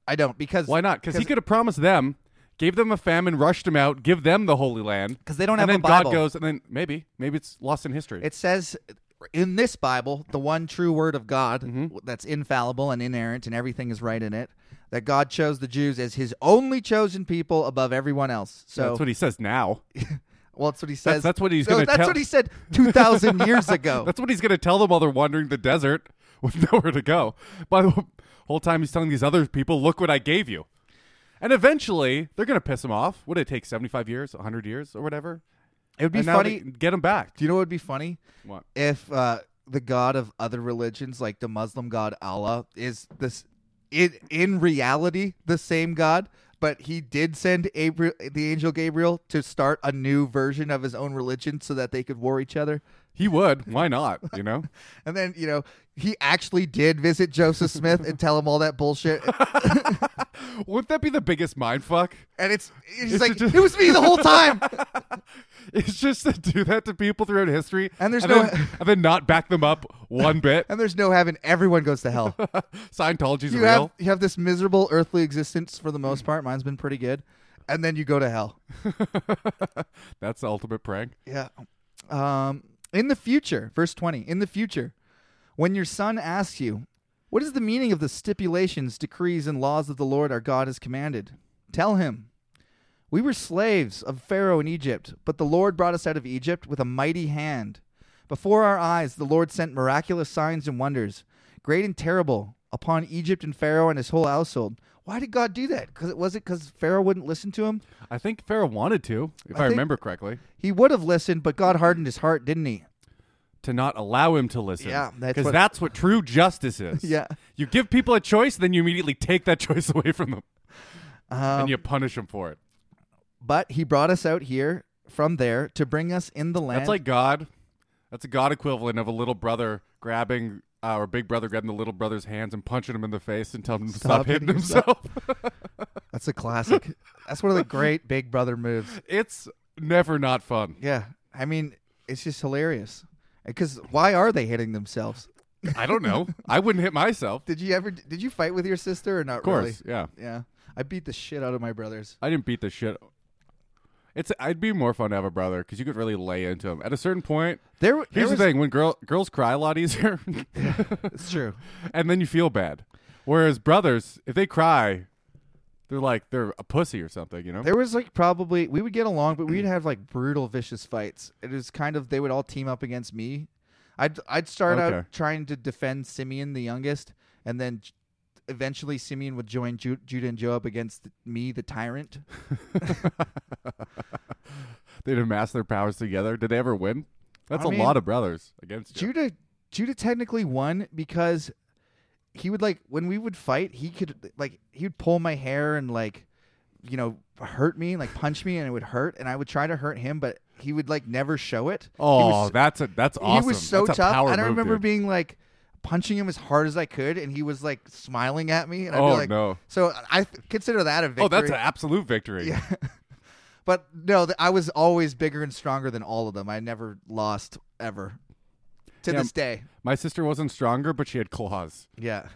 S1: I don't because
S2: Why not? Because He
S1: 'Cause-
S2: could have promised them, gave them a famine, rushed them out, give them the Holy Land.
S1: 'Cause they don't
S2: and
S1: have a
S2: then God
S1: Bible.
S2: goes, and then maybe, maybe it's lost in history.
S1: It says in this Bible, the one true word of God
S2: Mm-hmm.
S1: that's infallible and inerrant and everything is right in it, that God chose the Jews as his only chosen people above everyone else. So,
S2: that's what He says now.
S1: well, that's what he says.
S2: that's what he's
S1: no,
S2: gonna
S1: That's
S2: tell-
S1: what he said 2,000 years ago.
S2: That's what he's going to tell them while they're wandering the desert with nowhere to go. By the whole time, he's telling these other people, look what I gave you. And eventually, they're going to piss him off. Would it take 75 years, 100 years, or whatever?
S1: It would be
S2: And now
S1: funny.
S2: they get him back.
S1: Do you know what would be funny?
S2: What?
S1: If uh, the God of other religions, like the Muslim God Allah, is this in, in reality the same God, but he did send Abra- the angel Gabriel to start a new version of his own religion so that they could war each other.
S2: He would. Why not? You know?
S1: And then, you know, he actually did visit Joseph Smith and tell him all that bullshit.
S2: Wouldn't that be the biggest mind fuck?
S1: And it's he's
S2: It's
S1: like,
S2: just-
S1: it was me the whole time.
S2: It's just to do that to people throughout history.
S1: And there's no-
S2: Then, and then not back them up one bit.
S1: And there's no heaven. Everyone goes to hell.
S2: Scientology's
S1: you
S2: real.
S1: have you have this miserable earthly existence for the most part. Mine's been pretty good, and then you go to hell.
S2: That's the ultimate prank.
S1: Yeah. Um, in the future, verse twenty. In the future, when your son asks you, "What is the meaning of the stipulations, decrees, and laws of the Lord our God has commanded?" Tell him, "We were slaves of Pharaoh in Egypt, but the Lord brought us out of Egypt with a mighty hand. Before our eyes, the Lord sent miraculous signs and wonders, great and terrible." Upon Egypt and Pharaoh and his whole household. Why did God do that? Because it was it because Pharaoh wouldn't listen to him.
S2: I think Pharaoh wanted to, if
S1: I
S2: I,
S1: think-
S2: remember correctly.
S1: He would have listened, but God hardened his heart, didn't he?
S2: to not allow him to listen.
S1: Yeah, that's
S2: because
S1: what-
S2: that's what true justice is.
S1: Yeah.
S2: you give people a choice, then you immediately take that choice away from them, and
S1: Um,
S2: you punish them for it.
S1: but he brought us out here from there to bring us in the land.
S2: That's like God. That's a God equivalent of a little brother grabbing uh, or big brother grabbing the little brother's hands and punching him in the face and telling him to stop hitting
S1: hitting yourself.
S2: himself.
S1: that's a classic. that's one of the great Big Brother moves.
S2: it's never not fun.
S1: Yeah, I mean, it's just hilarious. Because why are they hitting themselves?
S2: I don't know. I wouldn't hit myself.
S1: Did you ever? Did you fight with your sister or not?
S2: Of course, yeah.
S1: Really? Yeah, I beat the shit out of my brothers.
S2: I didn't beat the shit. It's. I'd be more fun to have a brother because you could really lay into him. At a certain point,
S1: There, there
S2: here's
S1: was,
S2: the thing: when girl girls cry a lot easier.
S1: It's true.
S2: and then you feel bad. Whereas brothers, if they cry, they're like they're a pussy or something, you know.
S1: There was like probably we would get along, but we'd have like brutal, vicious fights. It was kind of they would all team up against me. I'd I'd start
S2: Okay.
S1: out trying to defend Simeon, the youngest, and then j- eventually Simeon would join Ju- Judah and Joab against me, the tyrant.
S2: They'd amass their powers together. Did they ever win? That's
S1: I
S2: a
S1: mean-
S2: lot of brothers against you.
S1: Judah Judah technically won because he would like when we would fight, he could like he would pull my hair and like you know hurt me and like punch me and it would hurt and I would try to hurt him, but he would like never show it. He
S2: Oh,
S1: was-
S2: that's a that's awesome.
S1: He was so
S2: That's a
S1: tough.
S2: power
S1: And I
S2: move,
S1: remember
S2: dude.
S1: being like punching him as hard as I could, and he was like smiling at me. And I'd
S2: Oh,
S1: be like,
S2: no.
S1: So I th- consider that a victory.
S2: Oh, that's an absolute victory.
S1: Yeah. But no, th- I was always bigger and stronger than all of them. I never lost ever to
S2: Yeah,
S1: this day.
S2: My sister wasn't stronger, but she had claws.
S1: Yeah.
S2: She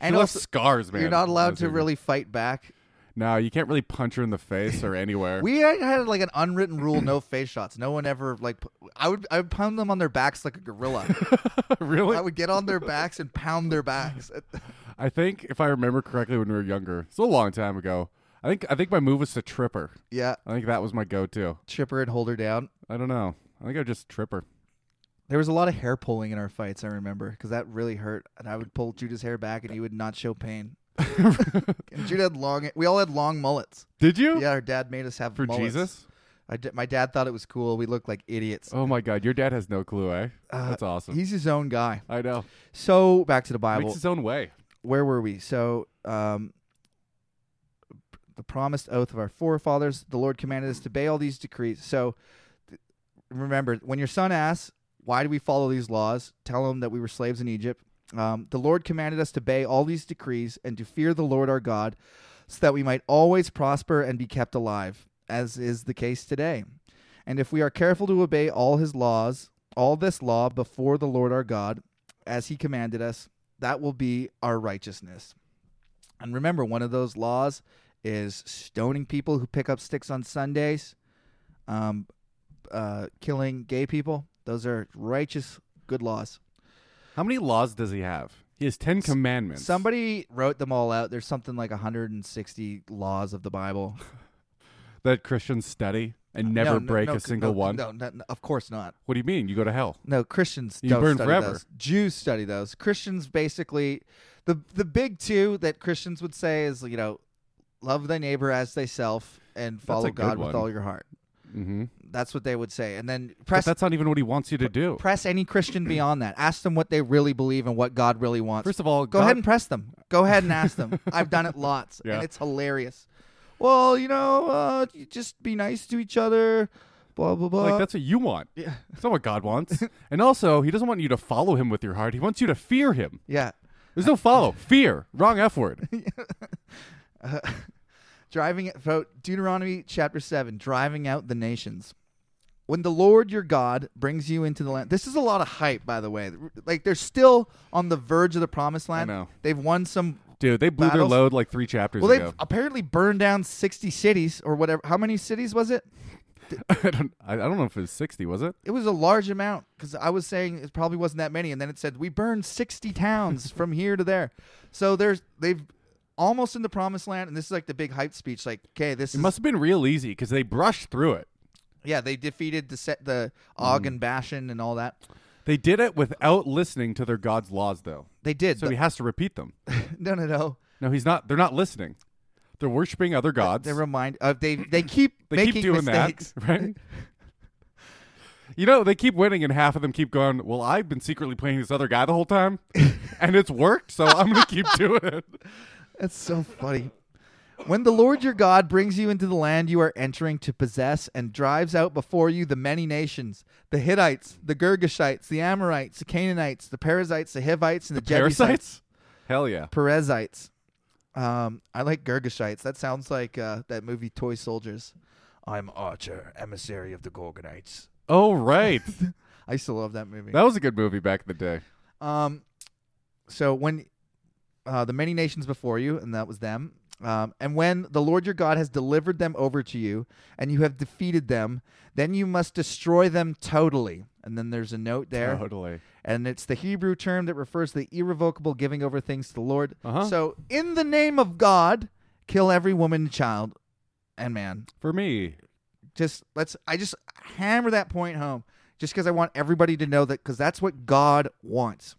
S1: And
S2: left
S1: also,
S2: scars, man.
S1: you're not allowed
S2: Those
S1: to
S2: are-
S1: really fight back.
S2: No, you can't really punch her in the face or anywhere.
S1: We had- had like an unwritten rule: no face shots. No one ever like. pu- I would I would pound them on their backs like a gorilla.
S2: really?
S1: I would get on their backs and pound their backs.
S2: I think if I remember correctly, when we were younger, it's a long time ago. I think I think my move was to trip her.
S1: yeah,
S2: I think that was my go-to.
S1: trip her and hold her down.
S2: I don't know. I think I just trip her.
S1: There was a lot of hair pulling in our fights, I remember, because that really hurt. And I would pull Judah's hair back, and he would not show pain. and Judah had long. We all had long mullets.
S2: Did you?
S1: Yeah, our dad made us have
S2: For
S1: mullets.
S2: Jesus?
S1: I d- my dad thought it was cool. We looked like idiots.
S2: Oh my God! Your dad has no clue, eh?
S1: Uh,
S2: That's awesome.
S1: He's his own guy.
S2: I know.
S1: So back to the
S2: Makes
S1: Bible.
S2: his own way.
S1: Where were we? So, um, the promised oath of our forefathers. The Lord commanded us to obey all these decrees. So, th- remember when your son asks, "Why do we follow these laws?" Tell him that we were slaves in Egypt. Um, the Lord commanded us to obey all these decrees and to fear the Lord our God, so that we might always prosper and be kept alive, as is the case today. And if we are careful to obey all his laws, all this law before the Lord our God, as he commanded us, that will be our righteousness. And remember, one of those laws is stoning people who pick up sticks on Sundays, um, uh, killing gay people. Those are righteous, good laws.
S2: How many laws does he have? He has ten commandments.
S1: Somebody wrote them all out. There's something like 160 laws of the Bible.
S2: that Christians study and
S1: Uh,
S2: never
S1: No, no,
S2: break
S1: no,
S2: a single
S1: no,
S2: one.
S1: No, no, no, of course not.
S2: What do you mean? You go to hell?
S1: No, Christians
S2: You
S1: don't
S2: burn
S1: study
S2: forever.
S1: those. Jews study those. Christians basically the the big two that Christians would say is you know love thy neighbor as thyself and follow
S2: good
S1: God
S2: one.
S1: with all your heart.
S2: Mm-hmm.
S1: That's what they would say. And then
S2: But
S1: press
S2: that's not even what he wants you to do.
S1: press any Christian beyond that. Ask them what they really believe and what God really wants.
S2: First of all,
S1: Go
S2: God-
S1: ahead and press them. Go ahead and ask them. I've done it lots,
S2: Yeah.
S1: and it's hilarious. Well, you know, uh, just be nice to each other. Blah blah blah.
S2: like that's what you want.
S1: yeah.
S2: That's not what God wants. and also, He doesn't want you to follow Him with your heart. He wants you to fear Him.
S1: Yeah.
S2: There's no follow. Fear. Wrong F word.
S1: driving it- vote Deuteronomy chapter 7 driving out the nations when the Lord your God brings you into the land this is a lot of hype by the way like they're still on the verge of the promised land
S2: know.
S1: they've won some
S2: Dude, they blew their
S1: Battles?
S2: load like three chapters
S1: well they've
S2: ago.
S1: apparently burned down 60 cities or whatever how many cities was it
S2: I, don't, I I don't know if it was 60, was it?
S1: it was a large amount because I was saying it probably wasn't that many, and then it said we burned sixty towns from here to there. So there's they've almost in the promised land, and this is like the big hype speech. Like, okay, this
S2: It
S1: is
S2: must have been real easy because they brushed through it.
S1: Yeah, they defeated the set the
S2: Mm-hmm.
S1: Og and Bashan and all that.
S2: They did it without listening to their God's laws, though.
S1: They did.
S2: So
S1: The-
S2: He has to repeat them.
S1: no, no, no.
S2: No, He's not. They're not listening. They're worshiping other gods.
S1: They remind. Uh, they they keep
S2: They
S1: making
S2: keep doing
S1: mistakes.
S2: that, right? you know, they keep winning, and half of them keep going. Well, I've been secretly playing this other guy the whole time, and it's worked, so I'm gonna keep doing it.
S1: That's so funny. When the Lord your God brings you into the land you are entering to possess and drives out before you the many nations, the Hittites, the Girgashites, the Amorites, the Canaanites, the Perizzites, the Hivites, and the, Jebusites.
S2: Parasites? Hell yeah!
S1: Perizzites. Um, I like Girgashites. That sounds like uh, that movie Toy Soldiers. I'm Archer, emissary of the Gorgonites.
S2: Oh right,
S1: I used to love that movie.
S2: that was a good movie back in the day.
S1: Um, so when uh, the many nations before you, and that was them, um, and when the Lord your God has delivered them over to you, and you have defeated them, then you must destroy them totally. And then there's a note there,
S2: Totally.
S1: and it's the Hebrew term that refers to the irrevocable giving over things to the Lord.
S2: Uh-huh.
S1: So, in the name of God, kill every woman, child, and man
S2: For me,
S1: just let's i just hammer that point home just because i want everybody to know that because that's what god wants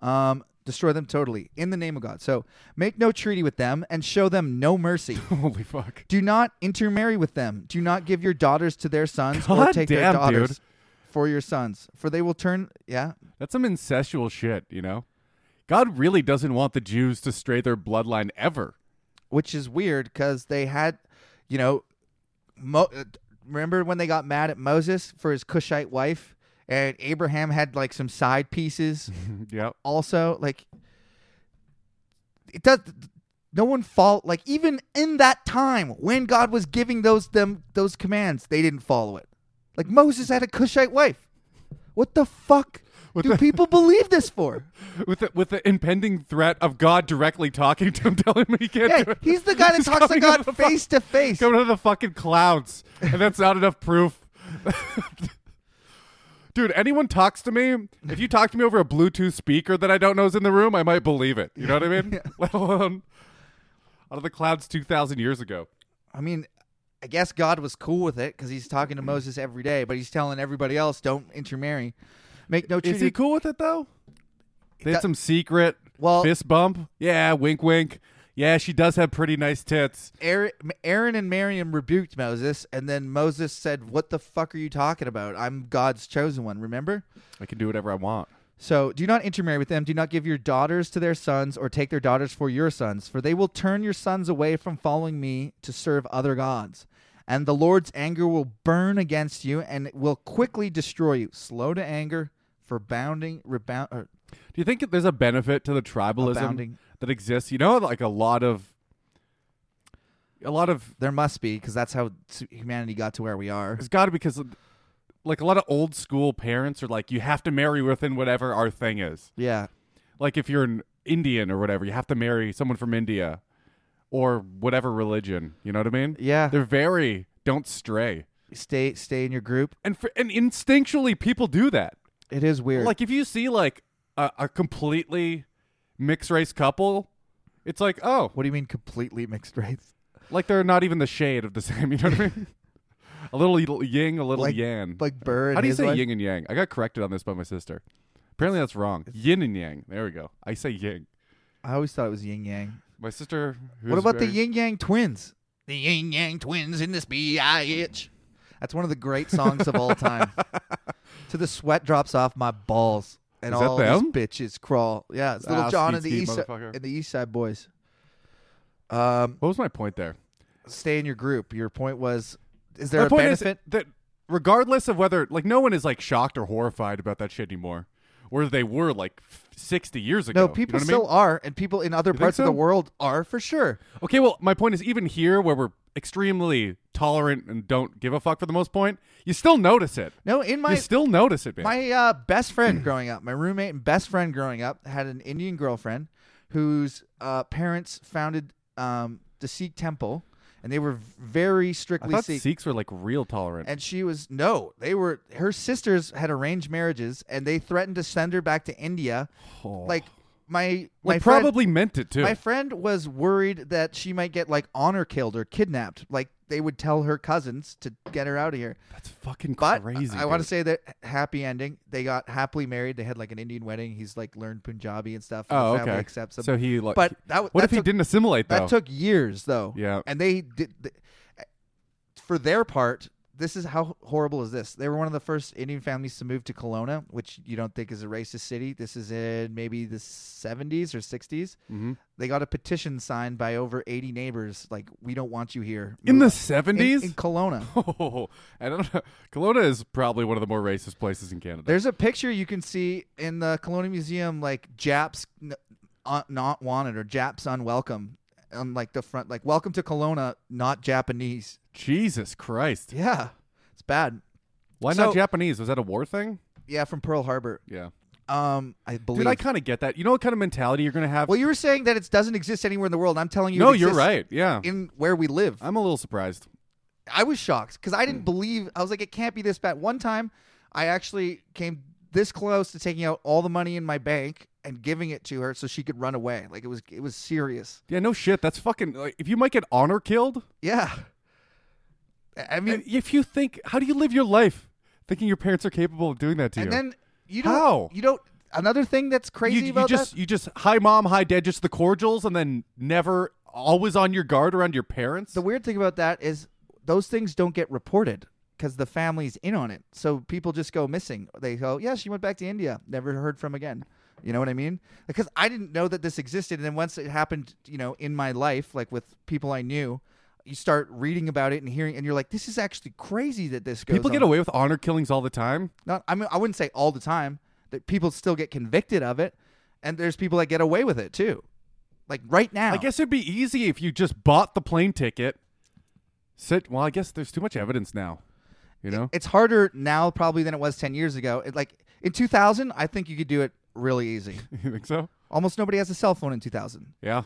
S1: um destroy them totally in the name of god so make no treaty with them and show them no mercy
S2: holy fuck!
S1: do not intermarry with them do not give your daughters to their sons or
S2: God
S1: take their
S2: damn,
S1: daughters
S2: dude.
S1: for your sons, for they will turn. Yeah,
S2: That's some incestual shit, you know? God really doesn't want the Jews to stray their bloodline ever.
S1: which is weird because they had, you know, Mo- uh, remember when they got mad at Moses for his Cushite wife, and Abraham had like some side pieces
S2: yep.
S1: also. Like, it does. No one fault. Like even in that time when God was giving those them those commands, they didn't follow it. Like Moses had a Cushite wife. What the fuck
S2: What
S1: do
S2: the-
S1: people believe this for?
S2: With the, with the impending threat of God directly talking to him, telling him he can't
S1: Yeah,
S2: do it.
S1: he's the guy that
S2: He's
S1: talks to
S2: coming out
S1: God
S2: of the fu-
S1: face to face.
S2: Coming out of the fucking clouds. And that's not enough proof. Dude, anyone talks to me, if you talk to me over a Bluetooth speaker that I don't know is in the room, I might believe it. You know what I mean? Let alone out of the clouds 2,000 years ago.
S1: I mean, I guess God was cool with it because he's talking to Moses every day, but he's telling everybody else, "Don't intermarry, make no
S2: Is he
S1: treaty."
S2: cool with it though? They had
S1: Do-
S2: some secret
S1: Well-
S2: fist bump. Yeah, wink, wink. Yeah, she does have pretty nice tits.
S1: Aaron, Aaron and Miriam rebuked Moses, and then Moses said, "What the fuck are you talking about? I'm God's chosen one. Remember?
S2: I can do whatever I want.
S1: So do not intermarry with them. Do not give your daughters to their sons, or take their daughters for your sons, for they will turn your sons away from following me to serve other gods." And the Lord's anger will burn against you and it will quickly destroy you. Slow to anger, for bounding, rebound, or
S2: Do you think that there's a benefit to the tribalism
S1: Abounding.
S2: that exists? You know, like a lot of a lot of
S1: There must be because that's how s- humanity got to where we are.
S2: it's got to because like a lot of old school parents are like you have to marry within whatever our thing is.
S1: Yeah,
S2: Like if you're an Indian or whatever, you have to marry someone from India or whatever religion, you know what I mean?
S1: yeah.
S2: They're very don't stray.
S1: stay, stay in your group.
S2: and for, and instinctually people do that.
S1: It is weird.
S2: Like if you see like a, a completely mixed race couple, it's like oh,
S1: what do you mean completely mixed race?
S2: like they're not even the shade of the same. You know what I mean? A little y- yin, a little
S1: Like-
S2: yang.
S1: Like Burr. And
S2: How do you
S1: his
S2: say
S1: wife?
S2: yin and yang? I got corrected on this by my sister. Apparently that's wrong. Yin and yang. There we go. I say yin.
S1: I always thought it was yin yang.
S2: My sister. Who's
S1: What about the
S2: very-
S1: yin yang twins? The yin yang twins in this bitch. That's one of the great songs of all time. to the sweat drops off my balls and
S2: Is that
S1: all
S2: them?
S1: these bitches crawl. Yeah, it's little
S2: Ah,
S1: John
S2: skeet,
S1: and the
S2: skeet,
S1: East Si-
S2: motherfucker.
S1: and the East Side Boys. Um,
S2: What was my point there?
S1: stay in your group. Your point was, is there
S2: my
S1: a
S2: point
S1: benefit?
S2: is that regardless of whether like no one is like shocked or horrified about that shit anymore, where they were like f- sixty years ago.
S1: No,
S2: You know
S1: people
S2: what I mean?
S1: still are, and people in other parts of
S2: so?
S1: the world are for sure.
S2: Okay, well, my point is even here where we're extremely tolerant and don't give a fuck for the most point, you still notice it.
S1: No, in my
S2: you still notice it, man.
S1: my uh, best friend growing up, my roommate and best friend growing up had an Indian girlfriend whose uh, parents founded um, the Sikh temple, and they were very
S2: I
S1: strictly
S2: thought
S1: Sikh.
S2: Sikhs were like real tolerant.
S1: And she was no, they were her sisters had arranged marriages, and they threatened to send her back to India.
S2: Oh.
S1: Like my
S2: Like,
S1: my friend-
S2: probably meant it too.
S1: My friend was worried that she might get like honor killed or kidnapped. Like they would tell her cousins to get her out of here.
S2: That's fucking
S1: But
S2: crazy.
S1: I, want to
S2: dude.
S1: say that happy ending. They got happily married. They had like an Indian wedding. He's like learned Punjabi and stuff. And
S2: Oh,
S1: the family
S2: okay.
S1: Accepts him.
S2: So he like
S1: But that-
S2: What
S1: that
S2: if he
S1: took-
S2: didn't assimilate though?
S1: that took years though.
S2: Yeah.
S1: And they did. th- for their part, this is how horrible is this? They were one of the first Indian families to move to Kelowna, which you don't think is a racist city. This is in maybe the 70s or 60s.
S2: Mhm.
S1: They got a petition signed by over 80 neighbors, like we don't want you here.
S2: in the
S1: Move out. in,
S2: seventies?
S1: in Kelowna.
S2: Oh, I don't know. Kelowna is probably one of the more racist places in Canada.
S1: There's a picture you can see in the Kelowna Museum, like Japs n- uh, not wanted or Japs unwelcome on like the front, like welcome to Kelowna, not Japanese.
S2: Jesus Christ.
S1: Yeah, it's bad.
S2: Why
S1: So-
S2: not Japanese? Was that a war thing?
S1: Yeah, from Pearl Harbor.
S2: Yeah.
S1: Um, I believe.
S2: Dude, I kind of get that. You know what kind of mentality you're going to have?
S1: well, you were saying that it doesn't exist anywhere in the world. I'm telling you,
S2: no,
S1: it
S2: you're
S1: exists
S2: right. Yeah.
S1: In where we live,
S2: I'm a little surprised.
S1: I was shocked because I
S2: Mm.
S1: didn't believe. I was like, it can't be this bad. One time, I actually came this close to taking out all the money in my bank and giving it to her so she could run away. Like it was, it was serious.
S2: Yeah, no shit. That's fucking. Like, if you might get honor killed,
S1: Yeah. I I
S2: I mean,
S1: mean,
S2: if you think, how do you live your life thinking your parents are capable of doing that to you?
S1: and then you don't.
S2: How?
S1: You don't. Another thing that's
S2: you,
S1: crazy
S2: you
S1: about
S2: just,
S1: that.
S2: you just, hi mom, hi dad, just the cordials, and then never, always on your guard around your parents.
S1: The weird thing about that is those things don't get reported because the family's in on it. So people just go missing. They go, yeah, she went back to India, never heard from again. You know what I mean? Because I didn't know that this existed, and then once it happened, you know, in my life, like with people I knew, you start reading about it and hearing, and you're like, this is actually crazy that this goes.
S2: People get
S1: on.
S2: away with honor killings all the time.
S1: Not, I mean, I wouldn't say all the time that people still get convicted of it, and there's people that get away with it too. Like right now,
S2: I guess it'd be easy if you just bought the plane ticket. Sit. Well, I guess there's too much evidence now. You know,
S1: it's harder now probably than it was 10 years ago. It, like in 2000, I think you could do it really easy.
S2: you think so?
S1: Almost nobody has a cell phone in 2000.
S2: Yeah.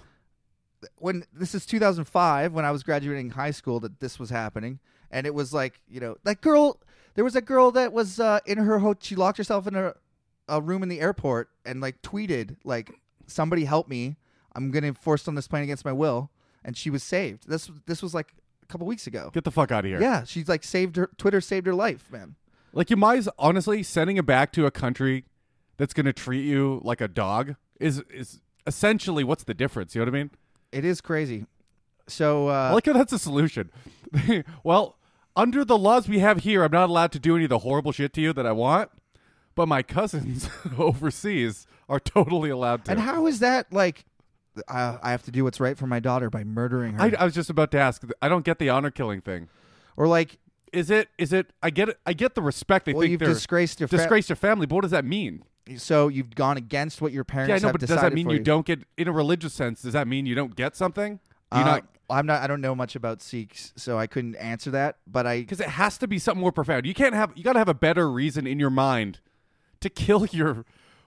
S1: When this is 2005, when I was graduating high school, that this was happening, and it was like you know that girl. There was a girl that was uh, in her ho- she locked herself in a, a room in the airport and like tweeted like somebody help me. I'm getting forced on this plane against my will, and she was saved. This this was like a couple weeks ago.
S2: Get the fuck out of here.
S1: Yeah, she's like saved her. Twitter saved her life, man.
S2: Like you might as, honestly sending it back to a country that's going to treat you like a dog is is essentially what's the difference? You know what I mean?
S1: It is crazy. So
S2: I
S1: uh,
S2: like how that's a solution. well, under the laws we have here, I'm not allowed to do any of the horrible shit to you that I want, but my cousins overseas are totally allowed to.
S1: and how is that like? uh, I, I have to do what's right for my daughter by murdering her,
S2: I, I was just about to ask. I don't get the honor killing thing.
S1: or like,
S2: Is it? Is it? I get it. I get the respect. They
S1: well,
S2: think
S1: you've
S2: they're
S1: disgraced your fa-
S2: disgraced your family, but what does that mean?
S1: so you've gone against what your parents
S2: Yeah, I know,
S1: have
S2: but does
S1: decided
S2: that mean
S1: for
S2: you, don't get in a religious sense? Does that mean you don't get something? Do you
S1: Uh,
S2: not
S1: I'm not. I don't know much about Sikhs, so I couldn't answer that. But I
S2: because it has to be something more profound. You can't have. You got to have a better reason in your mind to kill your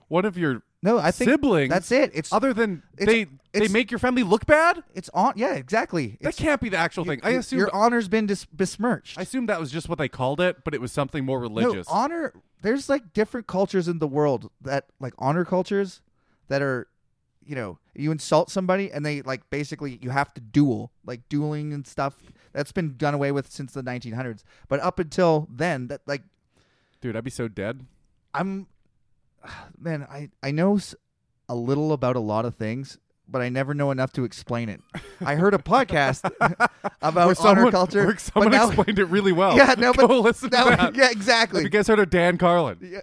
S2: one of your
S1: no, I think
S2: siblings.
S1: That's it. It's
S2: other than
S1: it's-
S2: they they
S1: it's-
S2: make your family look bad.
S1: it's on. Yeah, exactly.
S2: That
S1: It's,
S2: can't be the actual thing. I
S1: y-
S2: assumed
S1: your honor's been dis- besmirched.
S2: I assumed that was just what they called it, but it was something more religious.
S1: No, honor. There's like different cultures in the world that like honor cultures that are, you know, you insult somebody and they like basically you have to duel, like dueling and stuff. That's been done away with since the 1900s. But up until then, that like
S2: Dude, I'd be so dead.
S1: I'm, man, I I know s- a little about a lot of things. But I never know enough to explain it. I heard a podcast about honor
S2: someone,
S1: culture.
S2: where someone
S1: but now,
S2: explained it really well.
S1: Yeah, no,
S2: Go
S1: but
S2: listen
S1: now-
S2: to that.
S1: yeah,
S2: Have
S1: exactly.
S2: you guys heard of Dan Carlin?
S1: Yeah.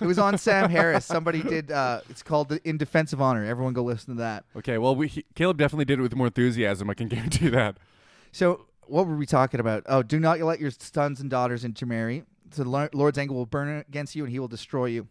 S1: It was on Sam Harris. Somebody did. Uh, it's called the "In Defense of Honor." Everyone go listen to that.
S2: Okay, well, we, he, Caleb definitely did it with more enthusiasm. I can guarantee that.
S1: So, what were we talking about? Oh, do not let your sons and daughters intermarry. So, the Lo- Lord's anger will burn against you, and He will destroy you.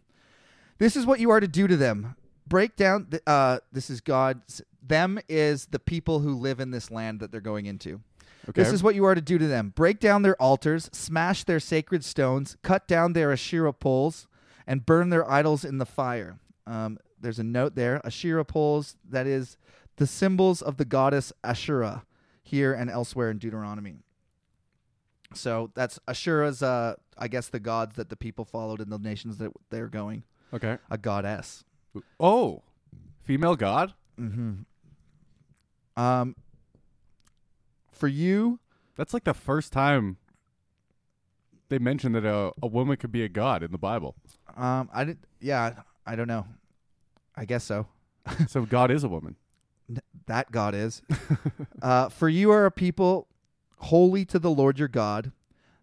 S1: This is what you are to do to them. Break down. The, uh, this is God's. Them is the people who live in this land that they're going into.
S2: Okay.
S1: This is what you are to do to them. Break down their altars, smash their sacred stones, cut down their Asherah poles, and burn their idols in the fire. Um, there's a note there. Asherah poles, that is the symbols of the goddess Asherah here and elsewhere in Deuteronomy. So that's Asherah's, uh, I guess, the gods that the people followed in the nations that they're going.
S2: Okay.
S1: A goddess.
S2: Oh, female god?
S1: Um, for you,
S2: That's like the first time they mentioned that a, a woman could be a god in the Bible.
S1: um, I did, yeah, I don't know. I guess so.
S2: so God is a woman.
S1: N- that God is. uh, for you are a people holy to the Lord your God.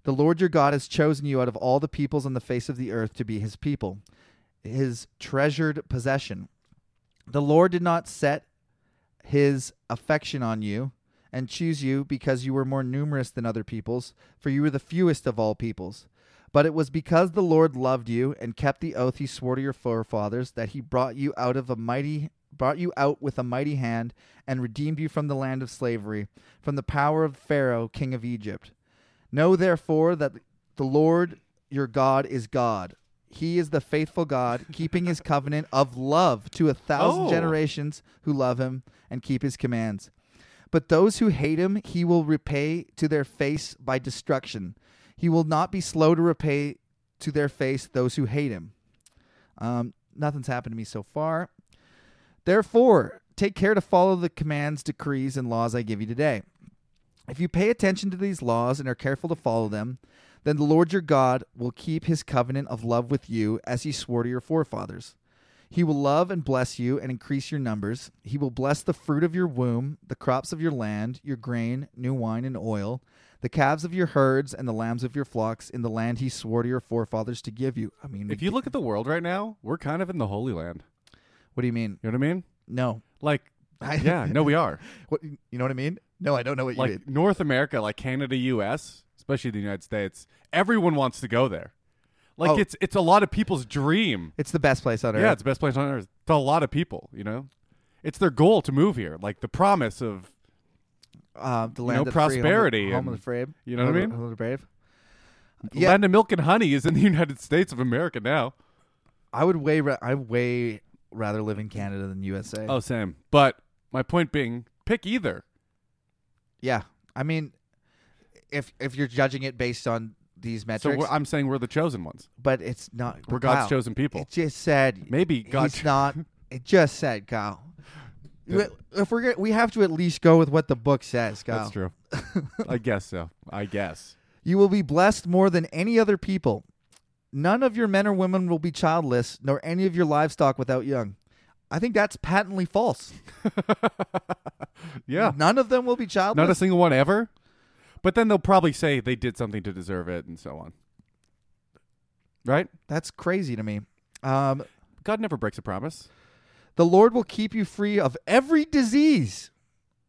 S1: The Lord your God has chosen you out of all the peoples on the face of the earth to be his people, his treasured possession. The Lord did not set his affection on you and choose you because you were more numerous than other peoples, for you were the fewest of all peoples. But it was because the Lord loved you and kept the oath he swore to your forefathers that he brought you out of a mighty brought you out with a mighty hand and redeemed you from the land of slavery, from the power of Pharaoh, king of Egypt. Know therefore that the Lord your God is God. He is the faithful God, keeping his covenant of love to a thousand
S2: Oh.
S1: generations who love him and keep his commands. But those who hate him, he will repay to their face by destruction. He will not be slow to repay to their face those who hate him. Um, nothing's happened to me so far. Therefore, take care to follow the commands, decrees, and laws I give you today. If you pay attention to these laws and are careful to follow them, then the Lord your God will keep his covenant of love with you as he swore to your forefathers. He will love and bless you and increase your numbers. He will bless the fruit of your womb, the crops of your land, your grain, new wine, and oil, the calves of your herds, and the lambs of your flocks in the land he swore to your forefathers to give you. I mean,
S2: If you look at the world right now, we're kind of in the Holy Land.
S1: what do you mean?
S2: You know what I mean?
S1: No.
S2: Like,
S1: I-
S2: yeah, no, we are.
S1: What, you know what I mean? No, I don't know what you mean.
S2: Like North America, like Canada, U.S., especially the United States. Everyone wants to go there. Like
S1: Oh.
S2: it's it's a lot of people's dream.
S1: It's the best place on earth.
S2: Yeah, it's the best place on earth to a lot of people. You know, it's their goal to move here. Like the promise of
S1: uh, the land
S2: know,
S1: of the free, home of-
S2: prosperity
S1: home, of
S2: and-
S1: the brave.
S2: you know what I
S1: Home of the-
S2: mean?
S1: home of the brave.
S2: yeah. land of milk and honey is in the United States of America now.
S1: I would way ra- I way rather live in Canada than USA.
S2: Oh, Sam. But my point being, pick either.
S1: Yeah, I mean, if if you're judging it based on these
S2: So
S1: metrics,
S2: we're, I'm saying we're the chosen ones.
S1: but it's not.
S2: We're
S1: but
S2: God's
S1: Kyle,
S2: chosen people.
S1: It just said
S2: Maybe God.
S1: It's not. It just said Kyle.
S2: Yeah.
S1: If we're gonna, we have to at least go with what the book says, Kyle.
S2: That's true. Oh. I guess so. I guess.
S1: You will be blessed more than any other people. None of your men or women will be childless, nor any of your livestock without young. I think that's patently false.
S2: Yeah.
S1: None of them will be childless.
S2: Not a single one ever. But then they'll probably say they did something to deserve it and so on. Right?
S1: That's crazy to me. Um,
S2: God never breaks a promise.
S1: the Lord will keep you free of every disease.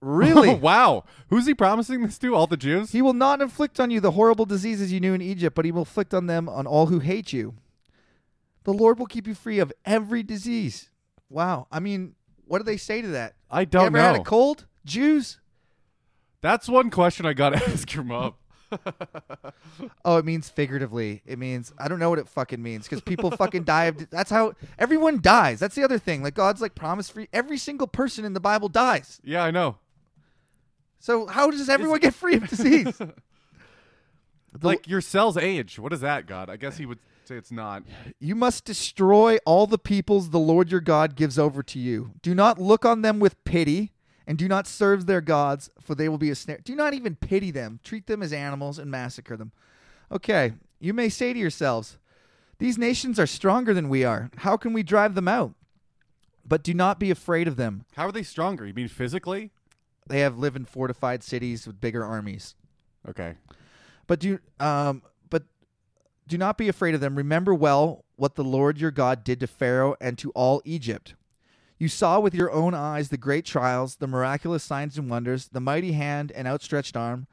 S1: Really?
S2: wow. Who's he promising this to? All the Jews?
S1: He will not inflict on you the horrible diseases you knew in Egypt, but he will inflict on them on all who hate you. The Lord will keep you free of every disease. Wow. I mean, what do they say to that?
S2: I
S1: you
S2: don't
S1: ever had
S2: know.
S1: a cold? Jews?
S2: That's one question I got to ask your mom.
S1: Oh, it means figuratively. It means I don't know what it fucking means because people fucking die. Of, that's how everyone dies. That's the other thing. Like God's like promise free. Every single person in the Bible dies.
S2: Yeah, I know.
S1: So how does everyone get free of disease?
S2: like your cells age. What is that, God? I guess he would say it's not.
S1: You must destroy all the peoples the Lord your God gives over to you. Do not look on them with pity, and do not serve their gods, for they will be a snare. Do not even pity them. Treat them as animals and massacre them. Okay, you may say to yourselves, These nations are stronger than we are. How can we drive them out? But do not be afraid of them.
S2: How are they stronger? You mean physically?
S1: They have lived in fortified cities with bigger armies.
S2: Okay.
S1: But do um but do not be afraid of them. Remember well what the Lord your God did to Pharaoh and to all Egypt. You saw with your own eyes the great trials, the miraculous signs and wonders, the mighty hand and outstretched arm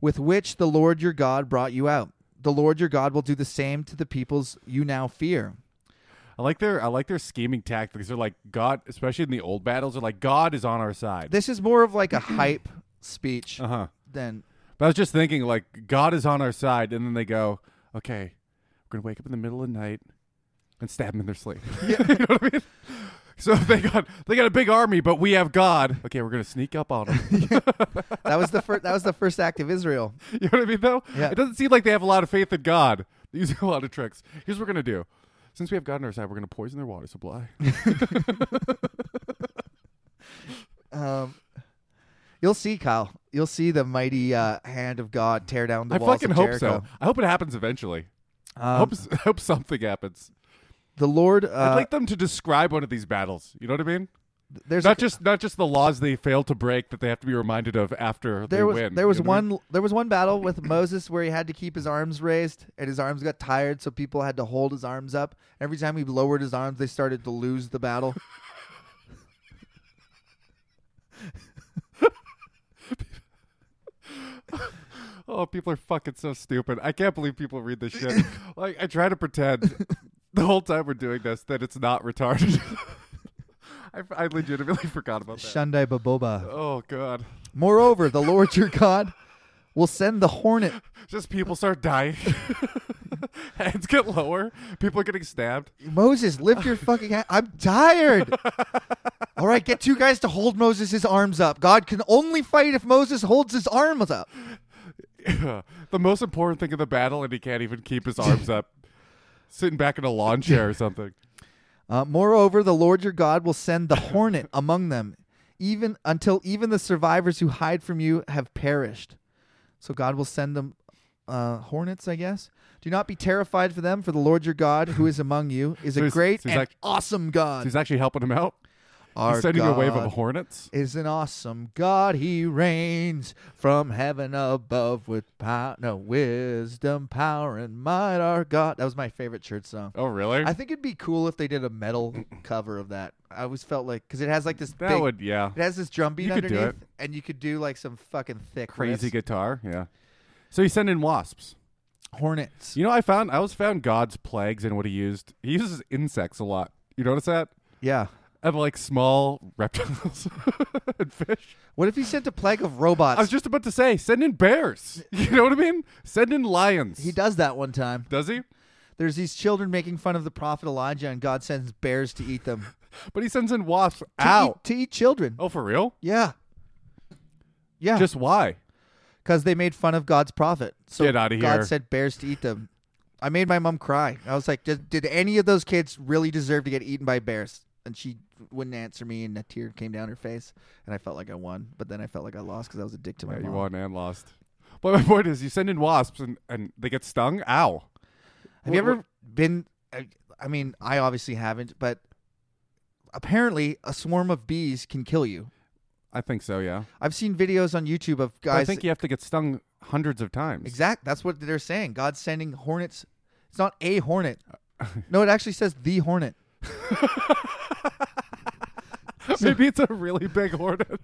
S1: with which the Lord your God brought you out. The Lord your God will do the same to the peoples you now fear.
S2: I like their I like their scheming tactics. They're like God, especially in the old battles. They're like God is on our side.
S1: This is more of like a hype speech
S2: Uh huh.
S1: than
S2: But I was just thinking, like, God is on our side, and then they go, "Okay, we're gonna wake up in the middle of the night and stab them in their sleep." you know what I mean? So they got they got a big army, but we have God. Okay, we're gonna sneak up on them. you
S1: that was the first that was the first act of Israel.
S2: know what I mean? Though
S1: Yeah.
S2: it doesn't seem like they have a lot of faith in God. They use a lot of tricks. Here's what we're gonna do: since we have God on our side, we're gonna poison their water supply.
S1: Um, you'll see, Kyle. You'll see the mighty uh, hand of God tear down the
S2: I
S1: walls
S2: fucking
S1: of
S2: hope
S1: Jericho.
S2: so. I hope it happens eventually. I
S1: Um,
S2: hope s- I hope something happens.
S1: the Lord.
S2: I'd
S1: Uh,
S2: like them to describe one of these battles. You know what I mean?
S1: there's
S2: not
S1: a-
S2: just not just the laws they fail to break that they have to be reminded of after they
S1: there was
S2: win.
S1: there was
S2: you know what I
S1: one there was one battle with Moses where he had to keep his arms raised and his arms got tired, so people had to hold his arms up. Every time he lowered his arms, they started to lose the battle.
S2: mean? Oh, people are fucking so stupid. I can't believe people read this shit. like I try to pretend the whole time we're doing this that it's not retarded. I, I legitimately forgot about that.
S1: Shandai Baboba.
S2: Oh god.
S1: Moreover, the Lord your God will send the hornet.
S2: Just people start dying. Heads get lower. People are getting stabbed.
S1: Moses, lift your fucking hand. I'm tired. All right, get two guys to hold Moses' arms up. God can only fight if Moses holds his arms up.
S2: the most important thing of the battle, and he can't even keep his arms up. Sitting back in a lawn chair or something.
S1: Uh, moreover, the Lord your God will send the hornet among them, even until even the survivors who hide from you have perished. So God will send them uh, hornets, I guess. Do not be terrified for them, for the Lord your God who is among you is
S2: So
S1: a
S2: he's-
S1: great
S2: so he's
S1: and
S2: like-
S1: awesome
S2: So
S1: God.
S2: he's actually helping him out.
S1: Our
S2: he's sending a wave
S1: God
S2: of hornets.
S1: is an awesome God. He reigns from heaven above with power, no wisdom, power, and might. Our God. That was my favorite church song.
S2: Oh, really?
S1: I think it'd be cool if they did a metal cover of that. I always felt like because it has like this
S2: that
S1: big,
S2: would, yeah.
S1: it has this drum beat
S2: You could do
S1: underneath, and you could do like some fucking thick
S2: Crazy
S1: riffs.
S2: guitar, yeah. So he's sending wasps.
S1: hornets.
S2: You know, I found I was found God's plagues and what he used. He uses insects a lot. You notice that?
S1: Yeah.
S2: Of like small reptiles and fish.
S1: What if he sent a plague of
S2: I was
S1: robots?
S2: just about to say, send in bears. You know what I mean? Send in lions.
S1: He does that one time.
S2: does he?
S1: There's these children making fun of the prophet Elijah, and God sends bears to eat them.
S2: But he sends in wasps.
S1: To
S2: Ow!
S1: eat, to eat children.
S2: Oh, for real?
S1: Yeah. Yeah.
S2: Just why?
S1: because they made fun of God's prophet. So
S2: Get outta here.
S1: God sent bears to eat them. I made my mom cry. I was like, did, did any of those kids really deserve to get eaten by bears? And she wouldn't answer me, and a tear came down her face. And I felt like I won, but then I felt like I lost because I was a dick to my
S2: Yeah,
S1: mom.
S2: you won and lost. But my point is, you send in wasps and, and they get stung. Ow!
S1: Have you
S2: Wh- wh-
S1: ever been? I- I mean, I obviously haven't, but apparently a swarm of bees can kill you.
S2: I think so. Yeah.
S1: I've seen videos on YouTube of
S2: But
S1: guys.
S2: I think you have to get stung hundreds of times.
S1: Exact. That's what they're saying. God's sending hornets. It's not a hornet. No, it actually says the hornet.
S2: Maybe it's a really big hornet.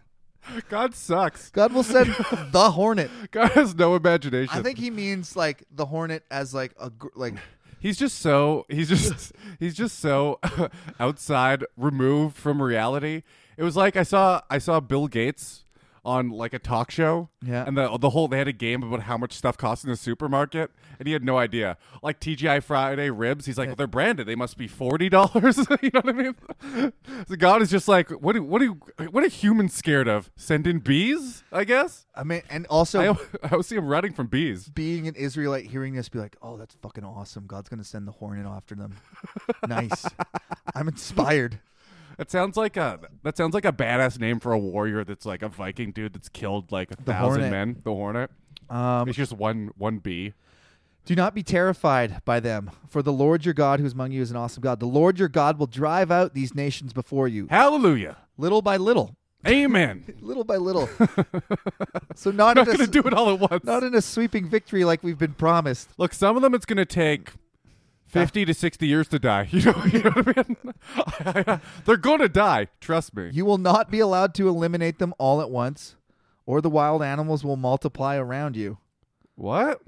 S2: God sucks.
S1: God will send the hornet.
S2: God has no imagination.
S1: I think he means like the hornet as like a gr- like
S2: he's just so he's just he's just so outside, removed from reality. It was like I saw I saw Bill Gates on like a talk show.
S1: Yeah.
S2: And the the whole they had a game about how much stuff costs in the supermarket and he had no idea. Like TGI Friday ribs, he's like, Well they're branded, they must be forty dollars. you know what I mean? So God is just like, What do what do what are humans scared of? Send in bees, I guess?
S1: I mean, and also
S2: I, al- I always see him running from bees.
S1: being an Israelite, hearing this, be like, "Oh, that's fucking awesome! God's gonna send the hornet after them. nice. I'm inspired."
S2: That sounds like a that sounds like a badass name for a warrior that's like a Viking dude that's killed like a thousand
S1: Hornet.
S2: men. The Hornet.
S1: Um,
S2: It's just one one bee.
S1: Do not be terrified by them, for the Lord your God who is among you is an awesome God. The Lord your God will drive out these nations before you,
S2: Hallelujah.
S1: little by little,
S2: Amen.
S1: little by little. so not
S2: Not
S1: in a,
S2: gonna
S1: s-
S2: do it all at once.
S1: not in a sweeping victory like we've been promised.
S2: Look, some of them it's gonna take fifty to sixty years to die. You know, you know what I mean? They're gonna die. Trust me.
S1: You will not be allowed to eliminate them all at once, or the wild animals will multiply around you.
S2: What?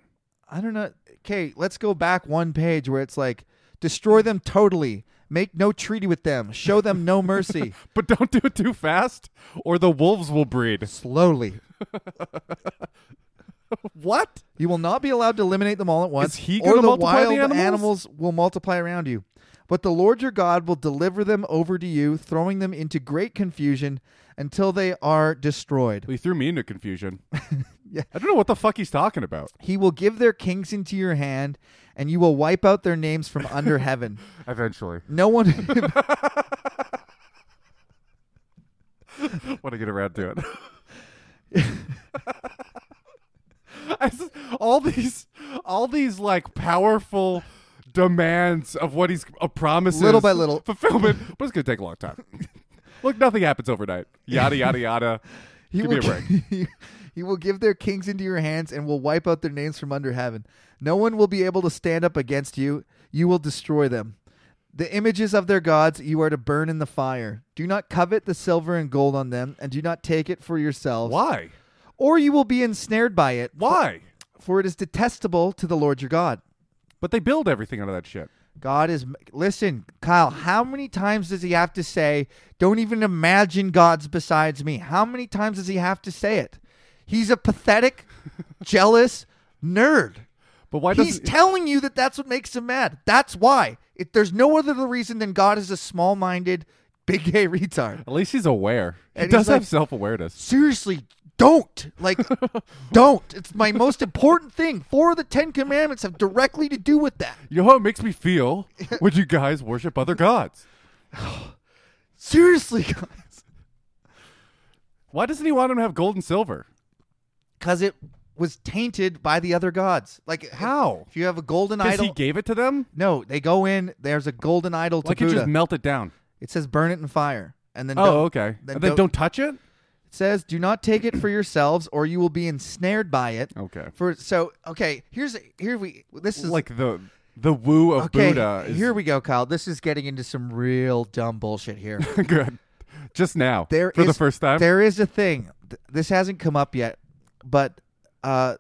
S1: I don't know. Okay, let's go back one page where it's like, destroy them totally, make no treaty with them, show them no mercy.
S2: But don't do it too fast, or the wolves will breed.
S1: Slowly.
S2: What?
S1: You will not be allowed to eliminate them all at once,
S2: he
S1: or
S2: gonna
S1: the
S2: multiply the
S1: wild
S2: animals?
S1: will multiply around you. But the Lord your God will deliver them over to you, throwing them into great confusion until they are destroyed.
S2: He threw me into confusion.
S1: Yeah.
S2: I don't know what the fuck he's talking about.
S1: He will give their kings into your hand, and you will wipe out their names from under heaven.
S2: Eventually.
S1: No one,
S2: want to get around to it. I s- all these, all these like powerful demands of what he's a promises,
S1: Little by little.
S2: fulfillment, but it's gonna take a long time. Look, nothing happens overnight. Yada yada yada.
S1: he
S2: Give
S1: will,
S2: me a break.
S1: gi- he will give their kings into your hands, and will wipe out their names from under heaven. No one will be able to stand up against you. You will destroy them. The images of their gods you are to burn in the fire. Do not covet the silver and gold on them, and do not take it for yourselves,
S2: Why?
S1: or you will be ensnared by it.
S2: Why?
S1: For it is detestable to the Lord your God.
S2: But they build everything out of that shit.
S1: God is. Listen, Kyle, how many times does he have to say, don't even imagine gods besides me? How many times does he have to say it? He's a pathetic, jealous nerd.
S2: But why
S1: He's
S2: doesn't?
S1: telling you that that's what makes him mad. That's why. It, there's no other reason than God is a small minded, big gay retard.
S2: at least he's aware. He
S1: And he's
S2: does have
S1: like-
S2: self awareness.
S1: Seriously, don't. Like, don't. It's my most important thing. Four of the Ten Commandments have directly to do with that.
S2: You know how it makes me feel when you guys worship other gods.
S1: Seriously, guys.
S2: Why doesn't he want him to have gold and silver?
S1: because it was tainted by the other gods. Like if-
S2: How?
S1: If you have a golden
S2: Because
S1: idol,
S2: he gave it to them?
S1: no, they go in. There's a golden idol to
S2: Like
S1: Buddha.
S2: it just melt it down.
S1: it says burn it in fire, and then don't-
S2: oh, okay.
S1: then
S2: Then, then
S1: don't-
S2: don't, touch it?
S1: it says do not take it for yourselves, or you will be ensnared by it.
S2: Okay.
S1: For so okay, here's here we this is
S2: like the the woo of
S1: okay.
S2: Buddha is
S1: Here we go, Kyle. This is getting into some real dumb bullshit here.
S2: good. Just now.
S1: There
S2: for the
S1: is-
S2: first time.
S1: There is a thing. Th- This hasn't come up yet, but uh,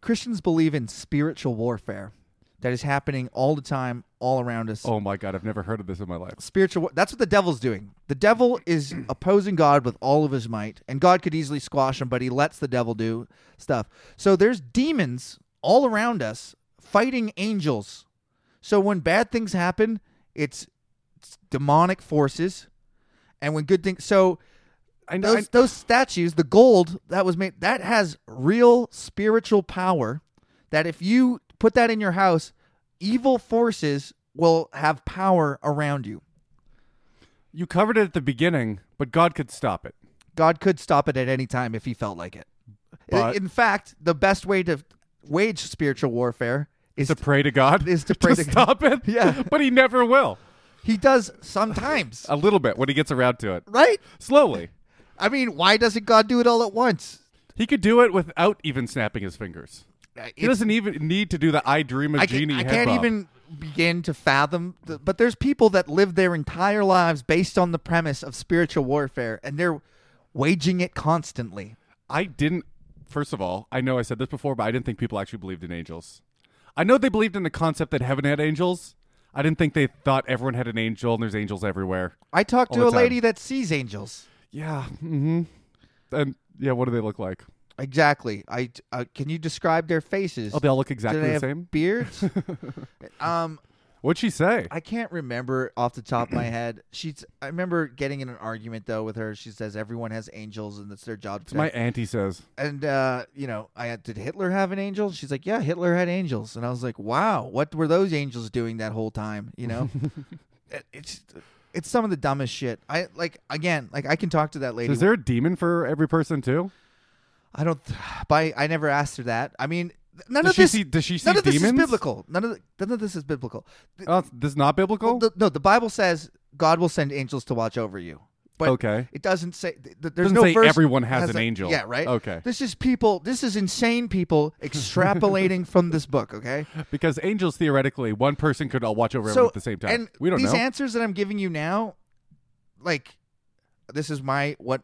S1: Christians believe in spiritual warfare that is happening all the time, all around us.
S2: oh my god, I've never heard of this in my life.
S1: Spiritual. wa- That's what the devil's doing. The devil is opposing God with all of his might, and God could easily squash him, but he lets the devil do stuff. So there's demons all around us fighting angels. So when bad things happen, it's, it's demonic forces, and when good things. So
S2: I know
S1: those those statues, the gold that was made, that has real spiritual power. That if you put that in your house, evil forces will have power around you.
S2: you covered it at the beginning, but God could stop it.
S1: God could stop it at any time if He felt like it.
S2: But-
S1: in fact, the best way to wage spiritual warfare is
S2: To pray to God
S1: Is to pray to God.
S2: stop it.
S1: Yeah.
S2: but he never will.
S1: He does sometimes,
S2: A little bit when he gets around to it,
S1: right?
S2: slowly.
S1: I mean, why doesn't God do it all at once?
S2: He could do it without even snapping his fingers.
S1: Uh,
S2: He
S1: it's-
S2: doesn't even need to do the "I dream of
S1: I, can,
S2: genie."
S1: I
S2: head
S1: can't
S2: bob.
S1: even begin to fathom. The, but there's people that live their entire lives based on the premise of spiritual warfare, and they're waging it constantly.
S2: I didn't. First of all, I know I said this before, but I didn't think people actually believed in angels. I know they believed in the concept that heaven had angels. I didn't think they thought everyone had an angel and there's angels everywhere.
S1: I talked to
S2: All
S1: a
S2: the time.
S1: lady that sees angels.
S2: Yeah. Mm-hmm. And yeah, what do they look like?
S1: Exactly. I uh, can you describe their faces?
S2: Oh, they all look
S1: Do
S2: exactly
S1: they
S2: the
S1: have
S2: same.
S1: beards? um,
S2: What'd she say?
S1: I can't remember off the top of my head. She's. I remember getting in an argument though with her. She says everyone has angels and it's their job. to
S2: My auntie says.
S1: and uh, you know, I had, did Hitler have an angel? She's like, yeah, Hitler had angels, and I was like, wow, what were those angels doing that whole time? You know, It- it's it's some of the dumbest shit. I like again, like I can talk to that lady.
S2: Is there a demon for every person too?
S1: I don't, by I never asked her that. I mean, none
S2: Does
S1: of
S2: she
S1: this,
S2: see- does she see
S1: none of this is
S2: demons?
S1: biblical. None of the, none of this is biblical. The-
S2: Oh, this is not biblical.
S1: the- no, the Bible says God will send angels to watch over you. But
S2: okay.
S1: It doesn't say. th- th- there's
S2: Doesn't
S1: no
S2: say
S1: verse
S2: everyone has an
S1: a-
S2: angel.
S1: Yeah, right.
S2: Okay.
S1: This is people. This is insane people extrapolating from this book. Okay.
S2: Because angels theoretically, one person could all watch over everyone
S1: so
S2: at the same time.
S1: and
S2: we don't
S1: these
S2: know.
S1: answers that I'm giving you now, like, this is my what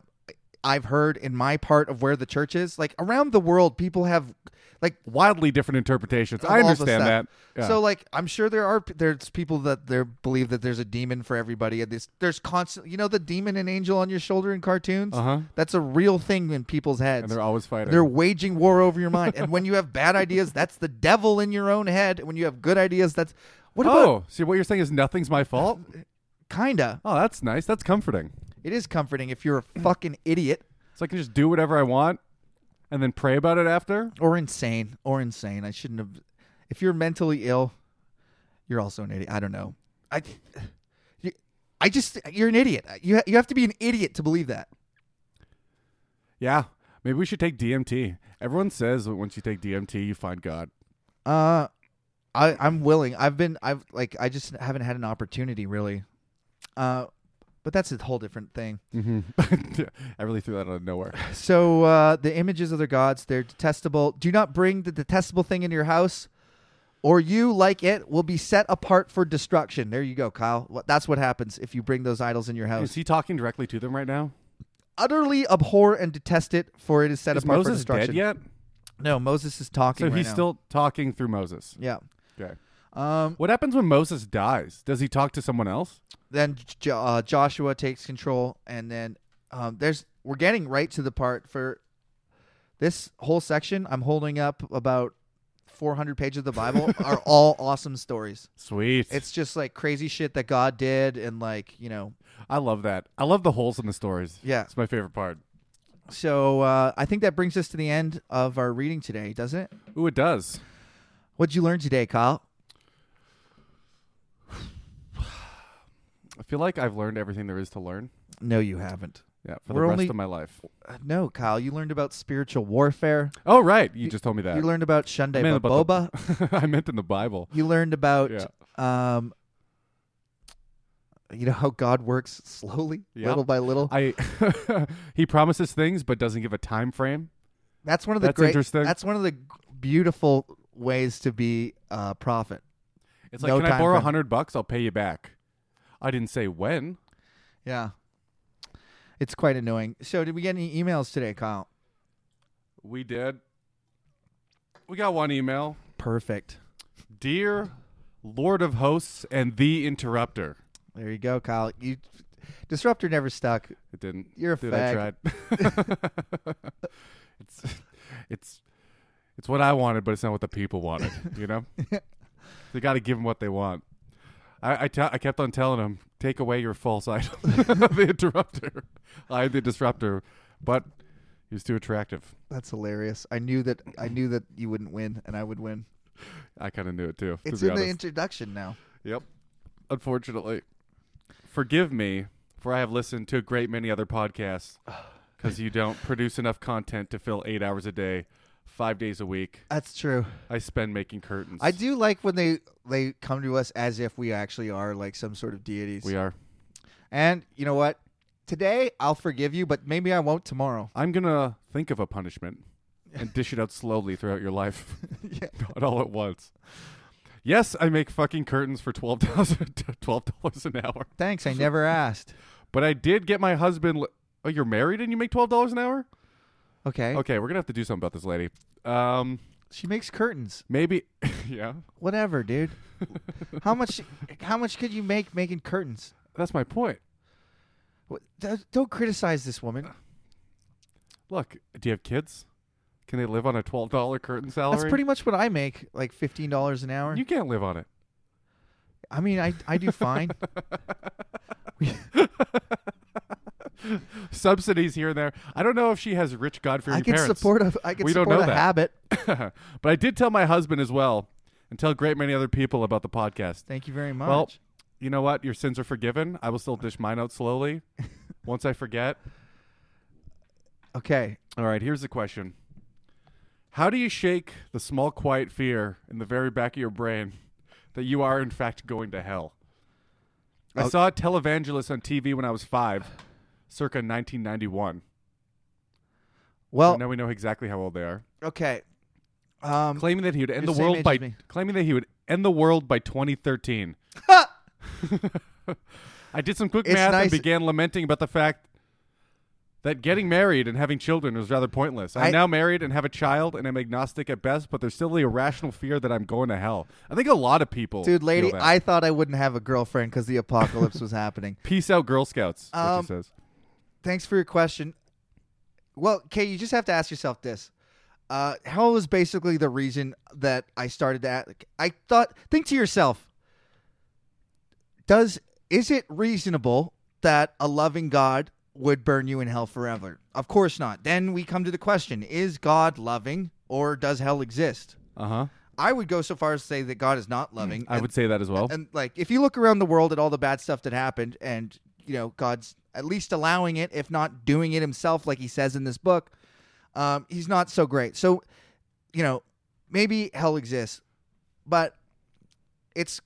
S1: I've heard in my part of where the church is. Like around the world, people have like
S2: Wildly different interpretations.
S1: of
S2: I
S1: all the
S2: understand that.
S1: stuff.
S2: Yeah.
S1: So like I'm sure there are there's people that there believe that there's a demon for everybody and this there's constant you know the demon and angel on your shoulder in cartoons?
S2: Uh-huh.
S1: That's a real thing in people's heads.
S2: and they're always fighting.
S1: They're waging war over your mind. and when you have bad ideas, that's the devil in your own head. When you have good ideas, that's what about
S2: oh, see what you're saying is nothing's my fault.
S1: kinda.
S2: Oh, that's nice. That's comforting.
S1: It is comforting if you're a fucking idiot
S2: So I can just do whatever I want, and then pray about it after.
S1: or insane or insane. I shouldn't have. If you're mentally ill, you're also an idiot. I don't know. I, you, I just you're an idiot. You you have to be an idiot to believe that.
S2: Yeah. Maybe we should take DMT. Everyone says that once you take DMT, you find God.
S1: Uh, I I'm willing. I've been I've like I just haven't had an opportunity really. Uh, but that's a whole different thing.
S2: Mm-hmm. I really threw that out of nowhere.
S1: So uh, the images of their gods, they're detestable. Do not bring the detestable thing into your house, or you, like it, will be set apart for destruction. There you go, Kyle. What- That's what happens if you bring those idols in your
S2: Is
S1: house.
S2: he talking directly to them right now?
S1: Utterly abhor and detest it, for it is set
S2: Is
S1: apart for
S2: Moses
S1: destruction.
S2: dead yet?
S1: No, Moses is talking.
S2: So
S1: right
S2: he's
S1: now.
S2: still talking through Moses.
S1: yeah.
S2: Okay.
S1: Um,
S2: What happens when Moses dies? Does he talk to someone else?
S1: then jo- uh, Joshua takes control, and then um, there's we're getting right to the part for this whole section. I'm holding up about 400 pages of the Bible are all awesome stories.
S2: Sweet.
S1: It's just like crazy shit that God did, and like you know,
S2: I love that. I love the holes in the stories.
S1: Yeah.
S2: It's my favorite part.
S1: so uh, I think that brings us to the end of our reading today, doesn't it?
S2: Ooh, it does.
S1: What'd you learn today, Kyle?
S2: I feel like I've learned everything there is to learn.
S1: No, you haven't.
S2: Yeah, for
S1: We're
S2: the
S1: only-
S2: rest of my life.
S1: Uh, No, Kyle, you learned about spiritual warfare.
S2: Oh, right. You just told me that.
S1: You learned about Shunde
S2: I meant about
S1: Boba.
S2: the- I meant in the Bible.
S1: You learned about um, you know how God works slowly,
S2: Yep.
S1: little by little.
S2: I he promises things but doesn't give a time frame.
S1: that's one of the
S2: That's
S1: great.
S2: interesting.
S1: That's one of the g- beautiful ways to be a prophet.
S2: It's like,
S1: No
S2: can I
S1: time
S2: borrow a
S1: frame.
S2: hundred bucks? I'll pay you back. I didn't say when.
S1: Yeah, it's quite annoying. So, did we get any emails today, Kyle?
S2: We did. We got one email.
S1: Perfect.
S2: Dear Lord of Hosts and the Interrupter.
S1: There you go, Kyle. You disruptor never stuck.
S2: It didn't.
S1: You're a
S2: Dude,
S1: fag.
S2: I tried. it's it's it's what I wanted, but it's not what the people wanted. You know, they got to give them what they want. I I, te- I kept on telling them, take away your false idol, the interrupter. I'm the disruptor, but he's too attractive.
S1: That's hilarious. I knew that. I knew that you wouldn't win, and I would win.
S2: I kind of knew it too.
S1: It's
S2: to be
S1: in the
S2: honest.
S1: introduction now.
S2: Yep. Unfortunately. Forgive me for I have listened to a great many other podcasts because you don't produce enough content to fill eight hours a day, five days a week.
S1: That's true.
S2: I spend making curtains.
S1: I do like when they they come to us as if we actually are like some sort of deities.
S2: We are.
S1: And you know what? Today I'll forgive you, but maybe I won't tomorrow.
S2: I'm going to think of a punishment and dish it out slowly throughout your life,
S1: yeah.
S2: not all at once. Yes, I make fucking curtains for $12, $12 an hour.
S1: Thanks. I never asked.
S2: But I did get my husband. Li- oh, you're married and you make $12 an hour?
S1: Okay.
S2: Okay, we're going to have to do something about this lady. Um,
S1: She makes curtains.
S2: Maybe, yeah.
S1: Whatever, dude. how much? How much could you make making curtains?
S2: That's my point.
S1: What- th- Don't criticize this woman.
S2: Look, do you have kids? Can they live on a twelve dollar curtain salary?
S1: That's pretty much what I make, like fifteen dollars an hour.
S2: You can't live on it.
S1: I mean, I I do fine.
S2: Subsidies here and there. I don't know if she has rich God
S1: I
S2: fearing
S1: can
S2: parents.
S1: support a I can
S2: We don't
S1: support
S2: know
S1: a
S2: that.
S1: habit.
S2: but I did tell my husband as well, and tell a great many other people about the podcast.
S1: Thank you very much.
S2: Well, you know what? Your sins are forgiven. I will still dish mine out slowly. Once I forget.
S1: okay.
S2: All right. Here's the question: How do you shake the small, quiet fear in the very back of your brain that you are in fact going to hell? I
S1: Oh.
S2: saw a televangelist on TV when I was five, circa 1991. So
S1: Well,
S2: now we know exactly how old they are.
S1: okay. Um,
S2: Claiming that he would end
S1: You're
S2: the
S1: the same
S2: world
S1: age
S2: by
S1: as me.
S2: claiming that he would end the world by 2013. I did some quick
S1: It's
S2: math and
S1: nice-
S2: began lamenting about the fact that getting married and having children was rather pointless. I'm
S1: I-
S2: now married and have a child, and I'm agnostic at best, but there's still the irrational fear that I'm going to hell. I think a lot of people,
S1: dude,
S2: feel
S1: lady,
S2: that.
S1: I thought I wouldn't have a girlfriend because the apocalypse was happening.
S2: peace out, Girl Scouts. what she
S1: Um,
S2: says.
S1: Thanks for your question. Well, Kay, you just have to ask yourself this. Uh, hell was basically the reason that I started to. Act. I thought, think to yourself, does is it reasonable that a loving God would burn you in hell forever? Of course not. Then we come to the question: Is God loving, or does hell exist?
S2: Uh huh.
S1: I would go so far as to say that God is not loving.
S2: Hmm, I
S1: and-
S2: would say that as well.
S1: and like if you look around the world at all the bad stuff that happened and you know god's at least allowing it if not doing it himself like he says in this book um, he's not so great so you know maybe hell exists but it's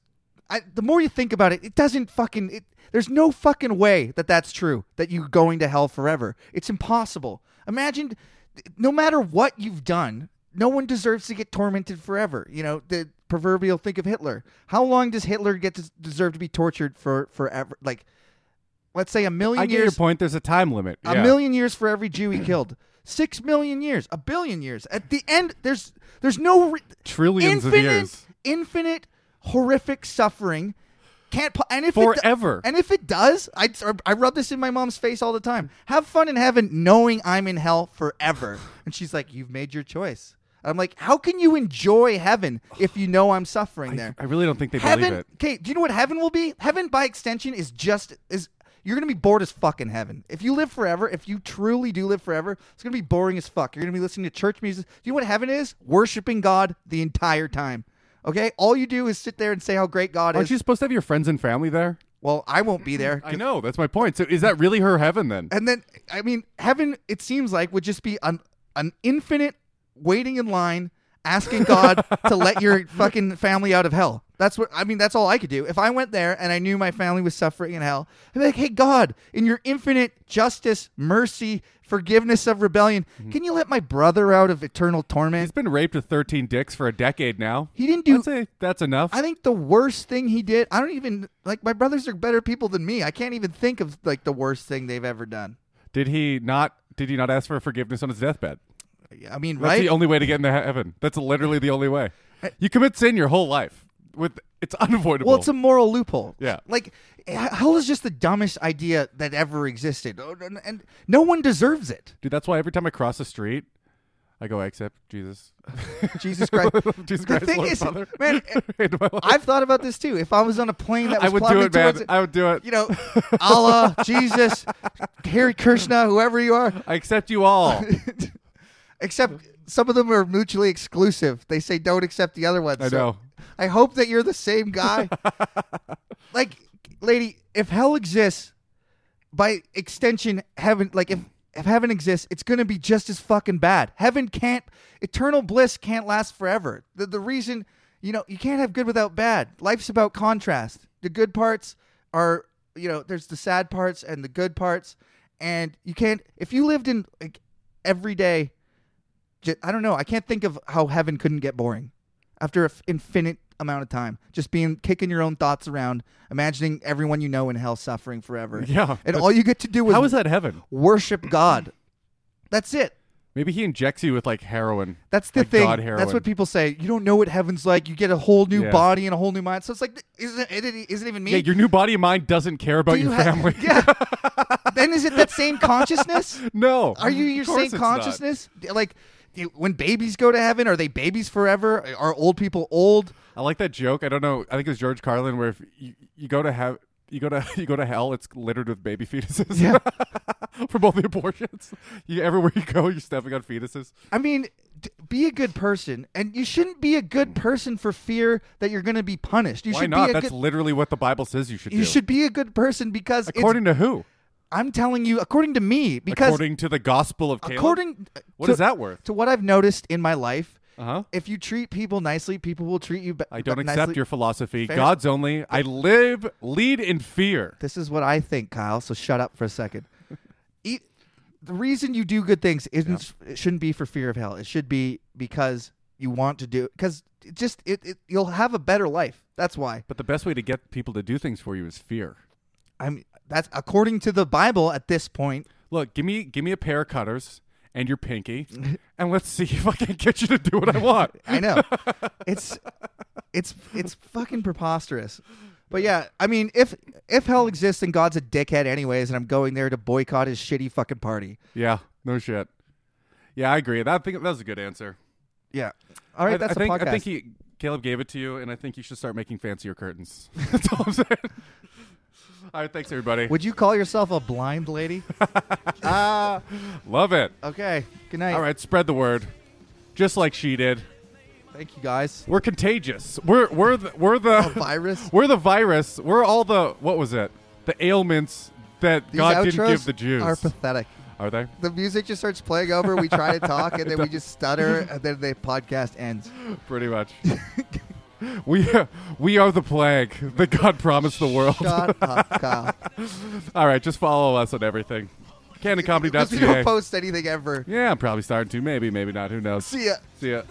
S1: I, the more you think about it it doesn't fucking it, there's no fucking way that that's true that you're going to hell forever it's impossible imagine no matter what you've done no one deserves to get tormented forever you know the proverbial think of hitler how long does hitler get to deserve to be tortured for forever like let's say a million
S2: I get your
S1: years
S2: point. There's a time limit.
S1: a
S2: Yeah.
S1: million years for every jew he killed six million years a billion years at the end there's there's no re-
S2: trillions
S1: infinite,
S2: of years
S1: infinite horrific suffering. Can't po- and if it do-
S2: forever.
S1: and if it does, I I rub this in my mom's face all the time. Have fun in heaven, knowing I'm in hell forever. And she's like, "You've made your choice." I'm like, "How can you enjoy heaven if you know I'm suffering there?"
S2: I really don't think they believe
S1: Heaven,
S2: it.
S1: okay. Do you know what heaven will be? Heaven, by extension, is just is you're gonna be bored as fuck in heaven. If you live forever, if you truly do live forever, it's gonna be boring as fuck. You're gonna be listening to church music. Do you know what heaven is? Worshiping God the entire time. Okay, all you do is sit there and say how great God
S2: Aren't
S1: is.
S2: you supposed to have your friends and family there?
S1: Well, I won't be there.
S2: I know. That's my point. So is that really her heaven then?
S1: And then, I mean, heaven, it seems like, would just be an, an infinite waiting in line asking God to let your fucking family out of hell. That's what, I mean, that's all I could do. If I went there and I knew my family was suffering in hell, I'd be like, hey, God, in your infinite justice, mercy, forgiveness of rebellion,
S2: Mm-hmm.
S1: can you let my brother out of eternal
S2: He's
S1: torment?
S2: been raped with 13 dicks for a decade now.
S1: He didn't do
S2: I'd say that's enough.
S1: I think the worst thing he did, I don't even like my brothers are better people than me. I can't even think of like the worst thing they've ever done.
S2: did he not? Did he not ask for forgiveness on his deathbed?
S1: I mean,
S2: That's
S1: right?
S2: the only way to get into heaven. That's literally the only way. You commit sin your whole life. With it's unavoidable.
S1: well, it's a moral loophole.
S2: Yeah.
S1: Like h- hell is just the dumbest idea that ever existed. Oh, And and no one deserves it.
S2: Dude, that's why every time I cross the street, I go, I accept Jesus.
S1: Jesus Christ.
S2: Jesus
S1: the
S2: Christ,
S1: thing
S2: Lord
S1: is,
S2: Father.
S1: man, eh,
S2: Into my life.
S1: I've thought about this too. If I was on a plane that
S2: I
S1: was
S2: would
S1: plummeting
S2: do it, man.
S1: towards
S2: I would do it.
S1: you know, Allah, Jesus, Harry Krishna, whoever you are,
S2: I accept you all. Mm-hmm.
S1: Except some of them are mutually exclusive. They say don't accept the other ones.
S2: I
S1: So
S2: know.
S1: I hope that you're the same guy. like, lady, if hell exists, by extension, heaven. Like, if if heaven exists, it's gonna be just as fucking bad. Heaven can't. Eternal bliss can't last forever. The the reason, you know, you can't have good without bad. Life's about contrast. The good parts are, you know, there's the sad parts and the good parts, and you can't. If you lived in like every day just, I don't know. I can't think of how heaven couldn't get boring after an infinite amount of time. Just being kicking your own thoughts around, imagining everyone you know in hell suffering forever.
S2: Yeah,
S1: and
S2: but
S1: all you get to do is,
S2: How is that heaven?
S1: worship God. That's it.
S2: Maybe he injects you with like heroin.
S1: That's the
S2: Like
S1: thing.
S2: God
S1: That's
S2: heroin.
S1: what people say. You don't know what heaven's like. You get a whole new
S2: Yeah.
S1: body and a whole new mind. So it's like, isn't it, it isn't even me?
S2: Yeah, your new body and mind doesn't care about
S1: Do you
S2: your
S1: ha-
S2: family.
S1: yeah. then is it that same consciousness?
S2: no.
S1: Are you
S2: Of
S1: your
S2: course
S1: same
S2: it's not.
S1: consciousness? Like you- when babies go to heaven, are they babies forever? Are old people old?
S2: I like that joke. I don't know. I think it was George Carlin where if you, you go to have you go to you go to hell, it's littered with baby fetuses.
S1: Yeah.
S2: For both the abortions. You everywhere you go, you're stepping on fetuses.
S1: I mean, d- be a good person, and you shouldn't be a good person for fear that you're going to be punished. You
S2: Why
S1: should
S2: not?
S1: be a
S2: That's
S1: good.
S2: literally what the Bible says you should
S1: You
S2: do.
S1: should be a good person because it's-
S2: according to who?
S1: I'm telling you, according to me, because
S2: According to the gospel of Caleb.
S1: according
S2: What
S1: to,
S2: is that worth?
S1: to what I've noticed in my life,
S2: Uh-huh.
S1: if you treat people nicely, people will treat you. Be-
S2: I don't
S1: be-
S2: accept
S1: nicely.
S2: your philosophy.
S1: Fair.
S2: God's only. I live, lead in fear.
S1: This is what I think, Kyle. So shut up for a second. E the reason you do good things isn't it shouldn't be for fear of hell. It should be because you want to do because it just it, it you'll have a better life. That's why.
S2: But the best way to get people to do things for you is fear.
S1: I'm that's according to the Bible at this point.
S2: Look, give me give me a pair of cutters and your pinky, and let's see if I can get you to do what I want.
S1: I know. it's it's it's fucking preposterous. But yeah, I mean if if hell exists and God's a dickhead anyways and I'm going there to boycott his shitty fucking party.
S2: Yeah, no shit. Yeah, I agree. That I think that was a good answer.
S1: Yeah. All right,
S2: I,
S1: that's
S2: I
S1: a
S2: think
S1: podcast.
S2: I think he Caleb gave it to you, and I think you should start making fancier curtains. That's all I'm saying. All right, thanks everybody.
S1: Would you call yourself a blind lady?
S2: Love it.
S1: Okay. Good night.
S2: All right, spread the word, just like she did.
S1: Thank you guys.
S2: We're contagious. We're we're the, we're the
S1: virus?
S2: We're the virus. We're all the what was it? The ailments that
S1: These
S2: God
S1: outros
S2: didn't give the Jews.
S1: are pathetic.
S2: Are they?
S1: The music just starts playing over. We try to talk, and then we just stutter, and then the podcast ends.
S2: Pretty much. we we are the plague that God promised the world.
S1: Shut up, Kyle.
S2: All right, just follow us on everything.
S1: Because we
S2: Candycomedy.ca.
S1: don't post anything ever.
S2: yeah, I'm probably starting to. Maybe, maybe not. Who knows?
S1: See ya.
S2: See ya.